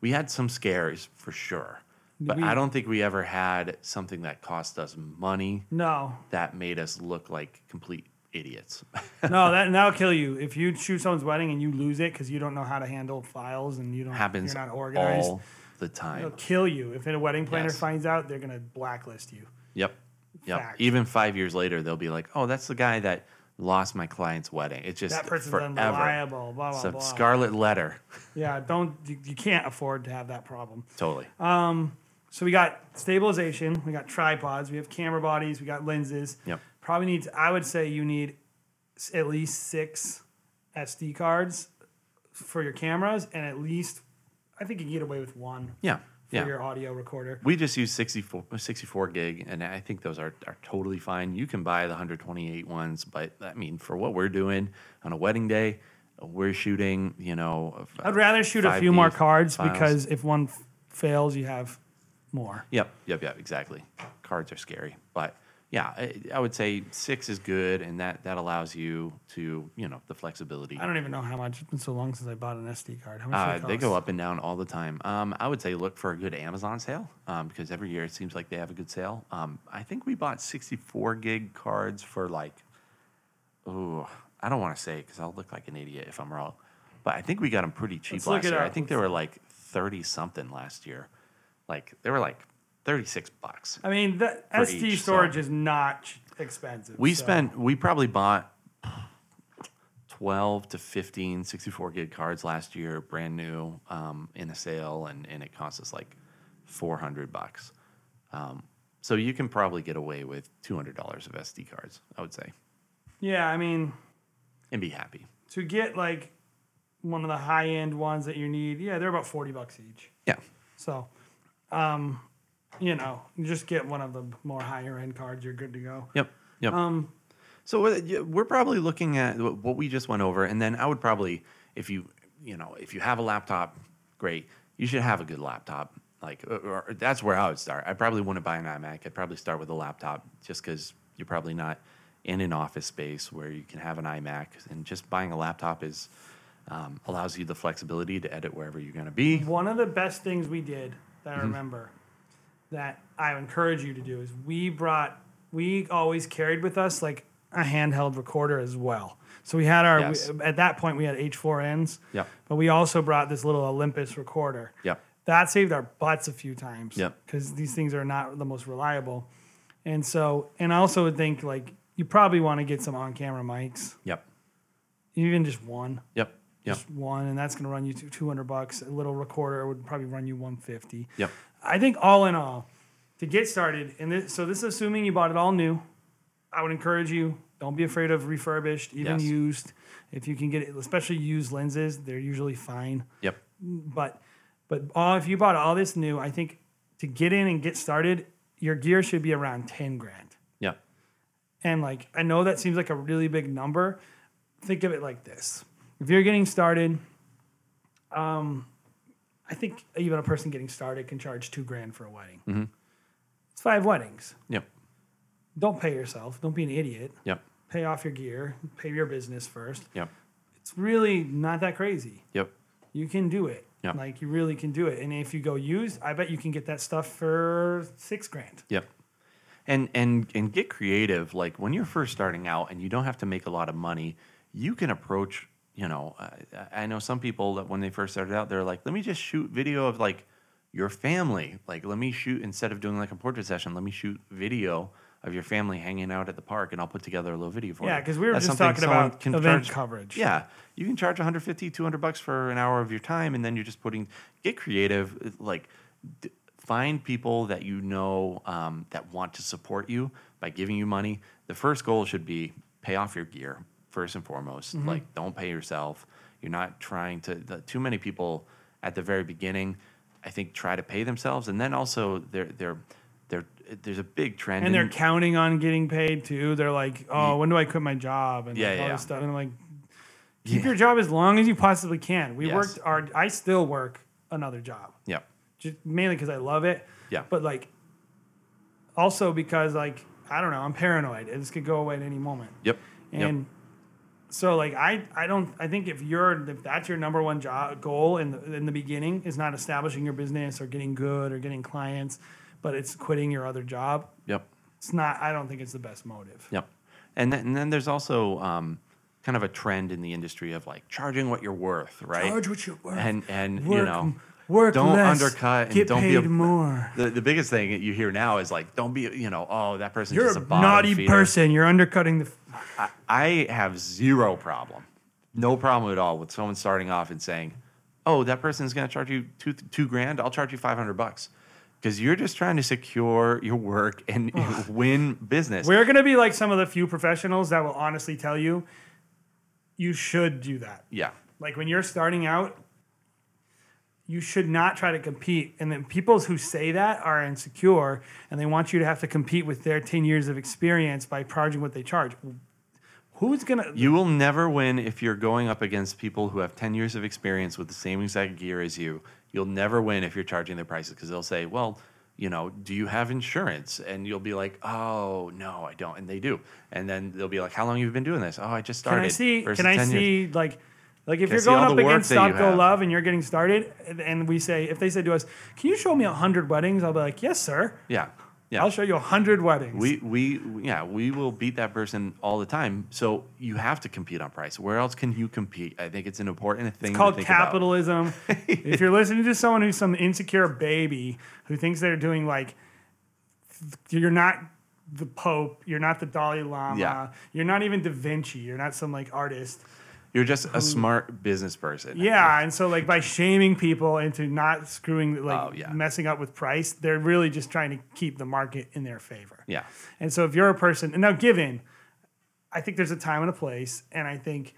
S1: We had some scares for sure, but
S2: We-
S1: I don't think we ever had something that cost us money
S2: no
S1: that made us look like complete idiots.
S2: no that and that'll kill you if you shoot someone's wedding and you lose it because you don't know how to handle files and you don't
S1: Happens
S2: you're not organized
S1: all the time.
S2: it'll kill you if a wedding planner
S1: Yes.
S2: finds out they're gonna blacklist you
S1: Yep. Yep.
S2: Fact.
S1: Even five years later, they'll be like, "Oh, that's the guy that lost my client's wedding." It's just
S2: that person's
S1: forever.
S2: unreliable blah blah
S1: It's a
S2: blah
S1: scarlet letter.
S2: yeah don't you, you can't afford to have that problem
S1: Totally.
S2: Uh, So we got stabilization, we got tripods, we have camera bodies, we got lenses.
S1: Yep.
S2: Probably needs. I would say you need s- at least six SD cards for your cameras, and at least I think you can get away with one
S1: yeah.
S2: for
S1: Yeah.
S2: your audio recorder.
S1: we just use 64, 64 gig, and I think those are, are totally fine. You can buy the 128 ones, but I mean, for what we're doing on a wedding day, we're shooting, you know. a-
S2: I'd rather shoot a
S1: Uh, five
S2: few more
S1: D
S2: cards
S1: files.
S2: because if one f- fails, you have more.
S1: Yep, yep, yep, exactly. cards are scary. But yeah, I, I would say six is good, and that that allows you to you know the flexibility.
S2: I don't even know how much. It's been so long since I bought an SD card. How much
S1: Uh,
S2: did it
S1: they go
S2: cost?
S1: up and down all the time. Um, I would say look for a good Amazon sale um, because every year it seems like they have a good sale. Um, I think we bought 64 gig cards for like, oh, I don't want to say because I'll look like an idiot if I'm wrong, but I think we got them pretty cheap
S2: Let's look
S1: last
S2: it
S1: year. I
S2: up.
S1: think they were like 30 something last year. Like they were like 36 bucks.
S2: I mean, the
S1: for
S2: SD
S1: each, so-
S2: storage is not ch- expensive.
S1: We
S2: so-
S1: spent, we probably bought 12 to 15 64 gig cards last year, brand new um, in a sale, and, and it cost us like 400 bucks. Um, so you can probably get away with $200 of SD cards, I would say,
S2: Yeah, I mean,
S1: and be happy.
S2: to get like one of the high end ones that you need, yeah, they're about forty bucks each.
S1: Yeah.
S2: So, um, you know, you just get one of the more higher end cards. You're good to go.
S1: Yep. Yep.
S2: Um,
S1: So we're yeah, we're probably looking at wh- what we just went over, and then I would probably, if you you know, if you have a laptop, great. You should have a good laptop. Like or, or that's where I would start. I probably wouldn't buy an iMac. I'd probably start with a laptop, just because you're probably not in an office space where you can have an iMac, and just buying a laptop is um, allows you the flexibility to edit wherever you're going to be.
S2: One of the best things we did that
S1: Mm-hmm.
S2: I remember that I encourage you to do is we brought, we always carried with us like a handheld recorder as well. So we had our,
S1: Yes.
S2: we- at that point, we had H4Ns,
S1: Yep.
S2: but we also brought this little Olympus recorder.
S1: Yep.
S2: That saved our butts a few times.
S1: Yep.
S2: Because these things are not the most reliable. And so, and I also would think like you probably want to get some on camera mics,
S1: Yep.
S2: even just one
S1: Yep. Yep.
S2: just one, and that's going to run you two- 200 bucks. A little recorder would probably run you 150.
S1: Yep.
S2: I think all in all, to get started, and this, so this is assuming you bought it all new. I would encourage you don't be afraid of refurbished, even
S1: Yes.
S2: used. If you can get it, especially used lenses, they're usually fine.
S1: Yep.
S2: But but all, if you bought all this new, I think to get in and get started, your gear should be around 10 grand.
S1: Yep.
S2: And like, I know that seems like a really big number. Think of it like this if you're getting started, um, I think even a person getting started can charge two grand for a wedding. It's five weddings.
S1: Yep.
S2: Don't pay yourself. Don't be an idiot.
S1: Yep.
S2: Pay off your gear. Pay your business first.
S1: Yep.
S2: It's really not that crazy.
S1: Yep.
S2: You can do it.
S1: Yeah.
S2: Like, you really can do it. And if you go used, I bet you can get that stuff for six grand.
S1: Yep. And and and get creative. Like when you're first starting out and you don't have to make a lot of money, you can approach. You know, I, I know some people that when they first started out, they're like, "Let me just shoot video of like your family. Like, let me shoot instead of doing like a portrait session. Let me shoot video of your family hanging out at the park, and I'll put together a little video for you."
S2: Yeah, because we were
S1: That's
S2: just
S1: something
S2: talking
S1: someone
S2: about
S1: can
S2: event
S1: charge-
S2: coverage.
S1: yeah, you can charge 150, 200 bucks for an hour of your time, and then you're just putting. Get creative, like d- find people that you know um, that want to support you by giving you money. The first goal should be pay off your gear first and foremost.
S2: Mm-hmm.
S1: Like, don't pay yourself. You're not trying to. The, too many people at the very beginning, I think, try to pay themselves, and then also they're they're. they're there's a big trend,
S2: and they're
S1: in-
S2: counting on getting paid too. They're like, oh, when do I quit my job and
S1: Yeah,
S2: like, all
S1: yeah.
S2: this stuff. And I'm like, keep your job as long as you possibly can. We
S1: Yes.
S2: worked our, I still work another job,
S1: yeah,
S2: just mainly because I love it.
S1: Yeah.
S2: But like, also because like I don't know, I'm paranoid. This could go away at any moment.
S1: yep,
S2: And
S1: yep,
S2: so like I I don't I think if you're if that's your number one job goal in the in the beginning is not establishing your business or getting good or getting clients, but it's quitting your other job.
S1: yep.
S2: It's not. I don't think it's the best motive.
S1: Yep. And then, and then there's also um, kind of a trend in the industry of like charging what you're worth, right?
S2: Charge what you're worth.
S1: And and you
S2: Work-
S1: know,
S2: work
S1: don't
S2: less,
S1: undercut and
S2: get
S1: don't be
S2: paid more.
S1: The, the biggest thing that you hear now is like, don't be, you know, oh, that person's
S2: You're
S1: just
S2: a
S1: a bottom
S2: naughty
S1: feeder.
S2: person. You're undercutting the.
S1: I, I have zero problem, no problem at all with someone starting off and saying, "Oh, that person's going to charge you two two grand. I'll charge you five hundred bucks," because you're just trying to secure your work and win business.
S2: We're gonna be like some of the few professionals that will honestly tell you, you should do that.
S1: yeah,
S2: Like when you're starting out, you should not try to compete. And then people who say that are insecure and they want you to have to compete with their 10 years of experience by charging what they charge. Who's gonna?
S1: You will never win if you're going up against people who have 10 years of experience with the same exact gear as you. You'll never win if you're charging their prices because they'll say, well, you know, do you have insurance? And you'll be like, oh, no, I don't. And they do. And then they'll be like, how long have you been doing this? Oh, I just started.
S2: Can I see?
S1: versus
S2: Can I
S1: 10 years.
S2: see like, like
S1: Can
S2: if
S1: I
S2: you're
S1: see all
S2: going up
S1: the work
S2: against
S1: that you
S2: Stop Go
S1: have?
S2: Love and you're getting started, and- and we say if they said to us, "Can you show me a hundred weddings?" I'll be like, "Yes, sir.
S1: Yeah. Yeah.
S2: I'll show you a hundred weddings."
S1: we, we, yeah, we will beat that person all the time. So you have to compete on price. Where else can you compete? I think it's an important thing. to
S2: called
S1: think about.
S2: capitalism. if you're listening to someone who's some insecure baby who thinks they're doing like, you're not the Pope, you're not the Dalai Lama,
S1: Yeah.
S2: you're not even Da Vinci, you're not some like artist.
S1: You're just a smart business person.
S2: Yeah, and so like by shaming people into not screwing, like
S1: Oh, yeah.
S2: messing up with price, they're really just trying to keep the market in their favor.
S1: Yeah.
S2: And so if you're a person, and now given, I think there's a time and a place, and I think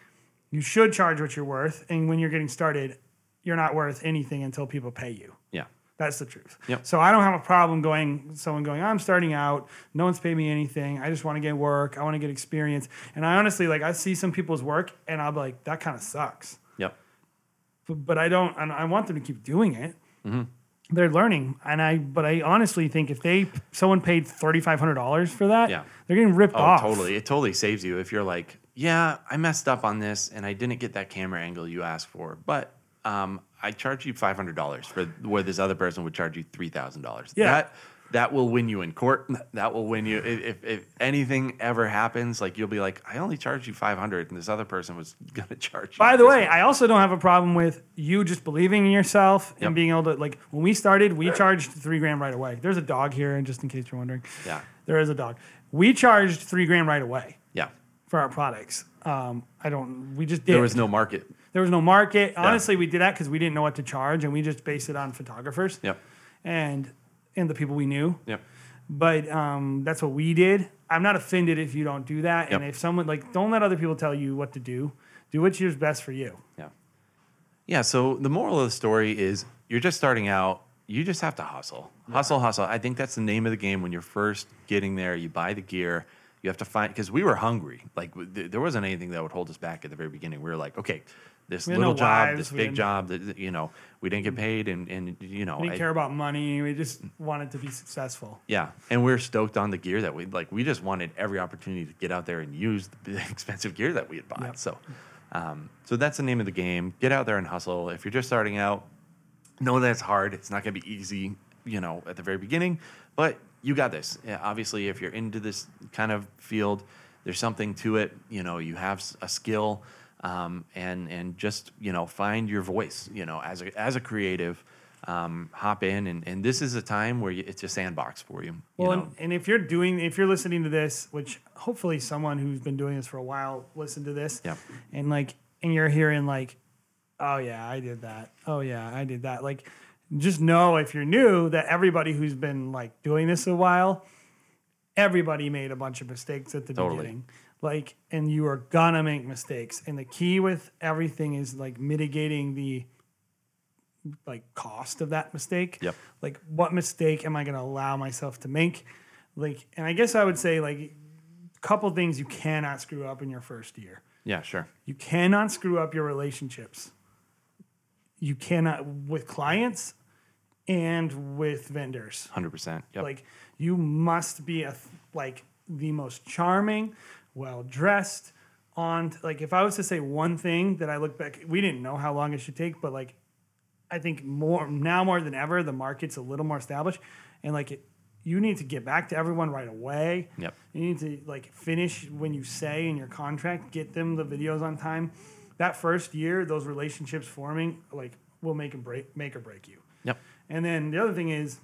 S2: you should charge what you're worth. And when you're getting started, you're not worth anything until people pay you.
S1: Yeah.
S2: That's the truth.
S1: Yep.
S2: So I don't have a problem going, someone going, I'm starting out. No one's paid me anything. I just want to get work. I want to get experience. And I honestly, like, I see some people's work and I'm like, that kind of sucks.
S1: Yep.
S2: But, but I don't, and I want them to keep doing it.
S1: Mm-hmm.
S2: They're learning. And I, but I honestly think if they, someone paid $3,500 for that,
S1: Yeah.
S2: they're getting ripped
S1: Oh,
S2: off.
S1: totally. It totally saves you if you're like, yeah, I messed up on this and I didn't get that camera angle you asked for, but um, I charge you five hundred dollars for where this other person would charge you three thousand dollars.
S2: Yeah.
S1: That that will win you in court. That will win you if, if, if anything ever happens. Like you'll be like, I only charged you five hundred, and this other person was gonna charge. you
S2: By the
S1: this
S2: way, I also don't have a problem with you just believing in yourself and
S1: Yep.
S2: being able to like when we started, we charged three grand right away. There's a dog here, and just in case you're wondering,
S1: Yeah.
S2: there is a dog. We charged three grand right away
S1: Yeah.
S2: for our products. Um, I don't. We just did.
S1: There was no market.
S2: There was no market. Honestly, we did that because we didn't know what to charge, and we just based it on photographers
S1: Yep.
S2: and and the people we knew
S1: Yep.
S2: but um, that's what we did. I'm not offended if you don't do that, and
S1: Yep.
S2: if someone like don't let other people tell you what to do. Do what's yours best for you.
S1: Yeah. Yeah. So the moral of the story is you're just starting out. You just have to hustle, hustle, hustle. I think that's the name of the game when you're first getting there. You buy the gear. You have to find because we were hungry. Like w- th- there wasn't anything that would hold us back at the very beginning. We were like, okay, this
S2: We had no
S1: little job,
S2: wives,
S1: this
S2: we
S1: big
S2: didn't- Mm-hmm.
S1: job. That, that, you know, we didn't get paid, and and you know,
S2: We didn't
S1: Oh, I-
S2: care about money. We just wanted to be successful.
S1: yeah. And we are stoked on the gear that we like. We just wanted every opportunity to get out there and use the expensive gear that we had bought.
S2: Yep.
S1: So, um, so that's the name of the game. Get out there and hustle. If you're just starting out, know that it's hard. It's not going to be easy, you know, at the very beginning, but you got this. Yeah, obviously, if you're into this kind of field, there's something to it. You know, you have s- a skill, um, and and just you know, find your voice. You know, as a as a creative, um, hop in, and and this is a time where you, it's a sandbox for you. you
S2: Well,
S1: know?
S2: and, and if you're doing, if you're listening to this, which hopefully someone who's been doing this for a while listened to this,
S1: Yeah.
S2: and like, and you're hearing like, oh yeah, I did that. Oh yeah, I did that. Like, just know if you're new that everybody who's been like doing this a while, everybody made a bunch of mistakes at the
S1: Totally.
S2: beginning. Like, and you are gonna make mistakes. And the key with everything is like mitigating the like cost of that mistake.
S1: Yep.
S2: Like what mistake am I going to allow myself to make? Like and I guess I would say like a couple things you cannot screw up in your first year.
S1: yeah, sure.
S2: You cannot screw up your relationships. You cannot with clients and with vendors.
S1: Hundred percent. Yep.
S2: Like you must be a th- like the most charming, well dressed. On like if I was to say one thing that I look back, we didn't know how long it should take, but like I think more now more than ever, the market's a little more established, and like it, you need to get back to everyone right away.
S1: Yep.
S2: You need to like finish when you say in your contract, get them the videos on time. That first year, those relationships forming like will make and break make or break you.
S1: Yep.
S2: And then the other thing is,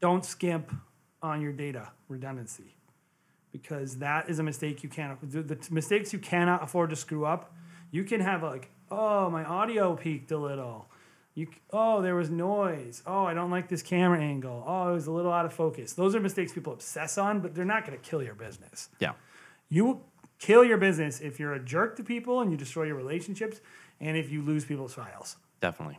S2: don't skimp on your data redundancy, because that is a mistake you can't. The, the t- mistakes you cannot afford to screw up. You can have like, oh, my audio peaked a little. You, c- oh, there was noise. Oh, I don't like this camera angle. Oh, it was a little out of focus. Those are mistakes people obsess on, but they're not going to kill your business.
S1: Yeah.
S2: You will kill your business if you're a jerk to people and you destroy your relationships, and if you lose people's files.
S1: Definitely. Definitely.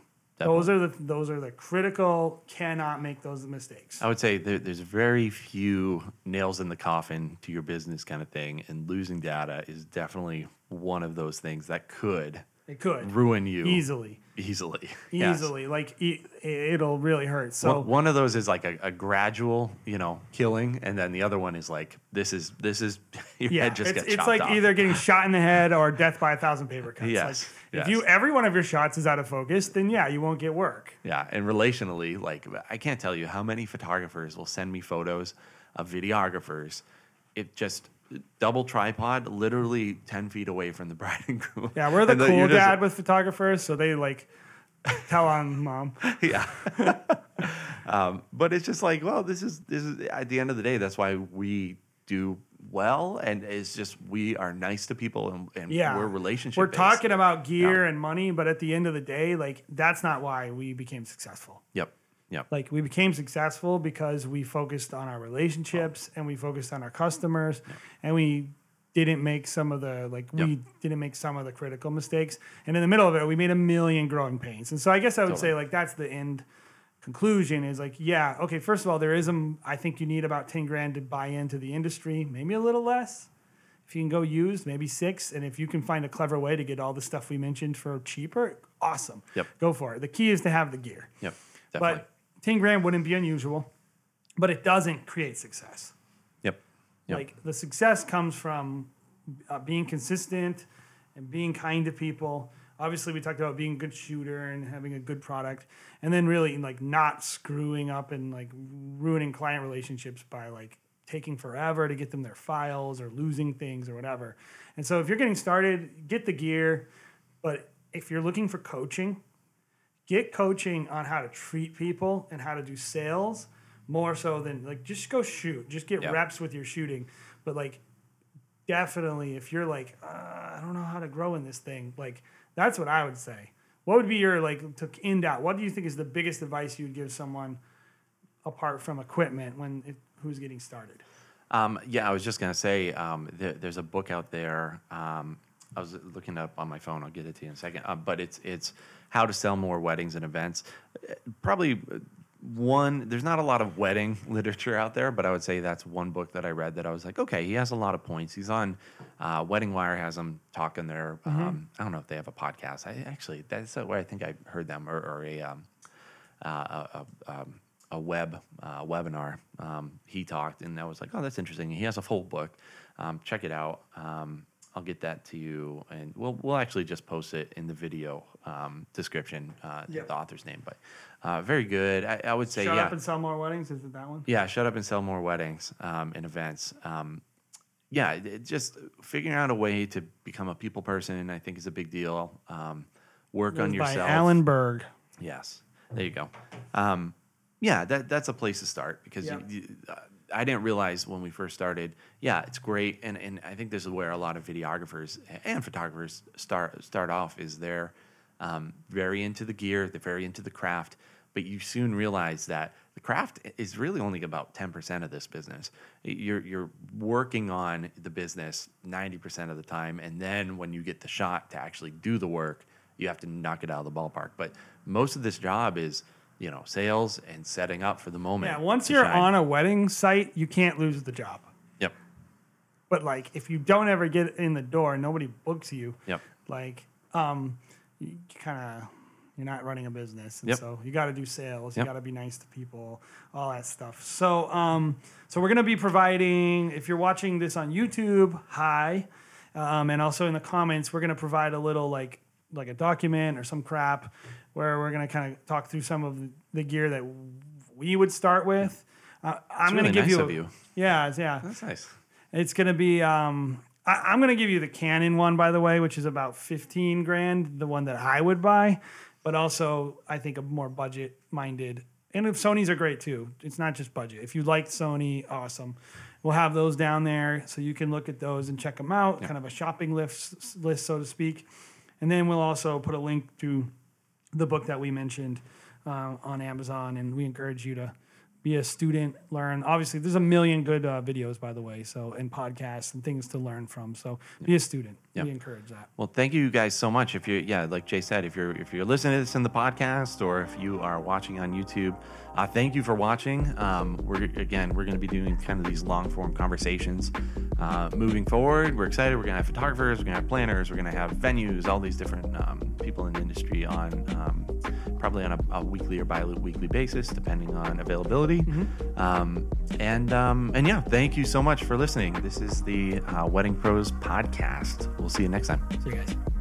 S2: Those are the those are the critical. Cannot make those mistakes.
S1: I would say there, there's very few nails in the coffin to your business kind of thing, and losing data is definitely one of those things that could
S2: It could
S1: ruin you
S2: easily,
S1: easily. Yes.
S2: easily. Like it, it'll really hurt. So
S1: One- One of those is like a, a gradual, you know, killing, and then the other one is like this is this is your
S2: yeah,
S1: head just
S2: it's,
S1: got
S2: it's
S1: chopped
S2: like
S1: off.
S2: either getting shot in the head or death by a thousand paper cuts.
S1: Yes,
S2: like,
S1: yes.
S2: If you every one of your shots is out of focus, then yeah, you won't get work.
S1: Yeah, and relationally, like I can't tell you how many photographers will send me photos of videographers. It just double tripod, literally ten feet away from the bride and groom.
S2: Yeah, we're the
S1: And then
S2: cool
S1: you're just-
S2: dad with photographers, so they like tell on mom.
S1: yeah. um, but it's just like, well, this is this is at the end of the day, that's why we do well, and it's just we are nice to people, and, and
S2: Yeah,
S1: we're relationship.
S2: We're talking about gear and money, but at the end of the day, like that's not why we became successful.
S1: Yep. Yep.
S2: Like we became successful because we focused on our relationships and we focused on our customers and we didn't make some of the like we
S1: Yep.
S2: didn't make some of the critical mistakes. And in the middle of it, we made a million growing pains. And so I guess I would
S1: Totally.
S2: say like that's the end conclusion is like yeah okay first of all there is a i think you need about 10 grand to buy into the industry maybe a little less if you can go used, maybe six. And if you can find a clever way to get all the stuff we mentioned for cheaper, awesome.
S1: Yep.
S2: Go for it. The key is to have the gear.
S1: Yep. Definitely.
S2: But 10 grand wouldn't be unusual, but it doesn't create success.
S1: yep. Yep.
S2: Like the success comes from uh, being consistent and being kind to people. Obviously, we talked about being a good shooter and having a good product, and then really like not screwing up and like ruining client relationships by like taking forever to get them their files or losing things or whatever. And so, if you're getting started, get the gear. But if you're looking for coaching, get coaching on how to treat people and how to do sales more so than like just go shoot just get
S1: Yeah.
S2: reps with your shooting but like definitely if you're like uh, i don't know how to grow in this thing like that's what i would say what would be your like to end out what do you think is the biggest advice you'd give someone apart from equipment when it, who's getting started
S1: Um, yeah, I was just gonna say um, there, there's a book out there. Um, I was looking it up on my phone. I'll get it to you in a second. Uh, but it's it's how to sell more weddings and events. Uh, Probably uh, one. There's not a lot of wedding literature out there, but I would say that's one book that I read that I was like, okay, he has a lot of points. He's on uh, Wedding Wire has him talking there. Um, I don't know if they have a podcast. I actually that's where I think I heard them or, or a. Um, uh, a, a, um, a web uh, webinar. Um, he talked, and I was like, "Oh, that's interesting." He has a full book. Um, check it out. Um, I'll get that to you, and we'll we'll actually just post it in the video um, description. Uh,
S2: Yep.
S1: The author's name, but uh, very good. I, I would say,
S2: shut
S1: yeah,
S2: up and sell more weddings is it that one
S1: yeah, shut up and sell more weddings um, and events. Um, yeah, it- it just figuring out a way to become a people person, I think, is a big deal. Um, work on
S2: by
S1: yourself.
S2: alan berg
S1: Yes. There you go. Um, yeah, that that's a place to start because
S2: Yeah.
S1: you, you, uh, I didn't realize when we first started. Yeah, it's great, and and I think this is where a lot of videographers and photographers start start off is they're um, very into the gear, they're very into the craft, but you soon realize that the craft is really only about ten percent of this business. You're you're working on the business ninety percent of the time, and then when you get the shot to actually do the work, you have to knock it out of the ballpark. But most of this job is, you know, sales and setting up for the moment.
S2: yeah once
S1: to
S2: you're
S1: shine.
S2: on a wedding site you can't lose the job
S1: Yep.
S2: but like if you don't ever get in the door and nobody books you
S1: Yep.
S2: like um you kind of you're not running a business and
S1: Yep.
S2: so you got to do sales
S1: Yep.
S2: you got to be nice to people all that stuff so um so we're going to be providing if you're watching this on youtube hi um, and also in the comments we're going to provide a little like like a document or some crap where we're going to kind of talk through some of the gear that we would start with uh, i'm
S1: really
S2: going to give
S1: nice
S2: you, a-
S1: of you.
S2: yeah it's- yeah
S1: That's nice.
S2: it's gonna be. Um, I, I'm gonna give you the Canon one, by the way, which is about 15 grand, the one that I would buy, but also I think a more budget minded. And if Sony's are great too. It's not just budget. If you like Sony, awesome. We'll have those down there so you can look at those and check them out. Kind of a shopping list, list, so to speak. And then we'll also put a link to the book that we mentioned uh, on Amazon, and we encourage you to be a student, learn. Obviously, there's a million good uh, videos, by the way, so and podcasts and things to learn from. So be a student.
S1: Yeah.
S2: We encourage that.
S1: Well, thank you guys so much. If you, yeah, like Jay said, if you're if you're listening to this in the podcast or if you are watching on YouTube, uh, thank you for watching. Um, we're again, we're going to be doing kind of these long form conversations uh, moving forward. We're excited. We're going to have photographers. We're going to have planners. We're going to have venues. All these different um, people in the industry on um, probably on a, a weekly or bi-weekly basis, depending on availability. Um, and um, and yeah, thank you so much for listening. This is the uh, Wedding Pros podcast. We'll see you next time.
S2: See you guys.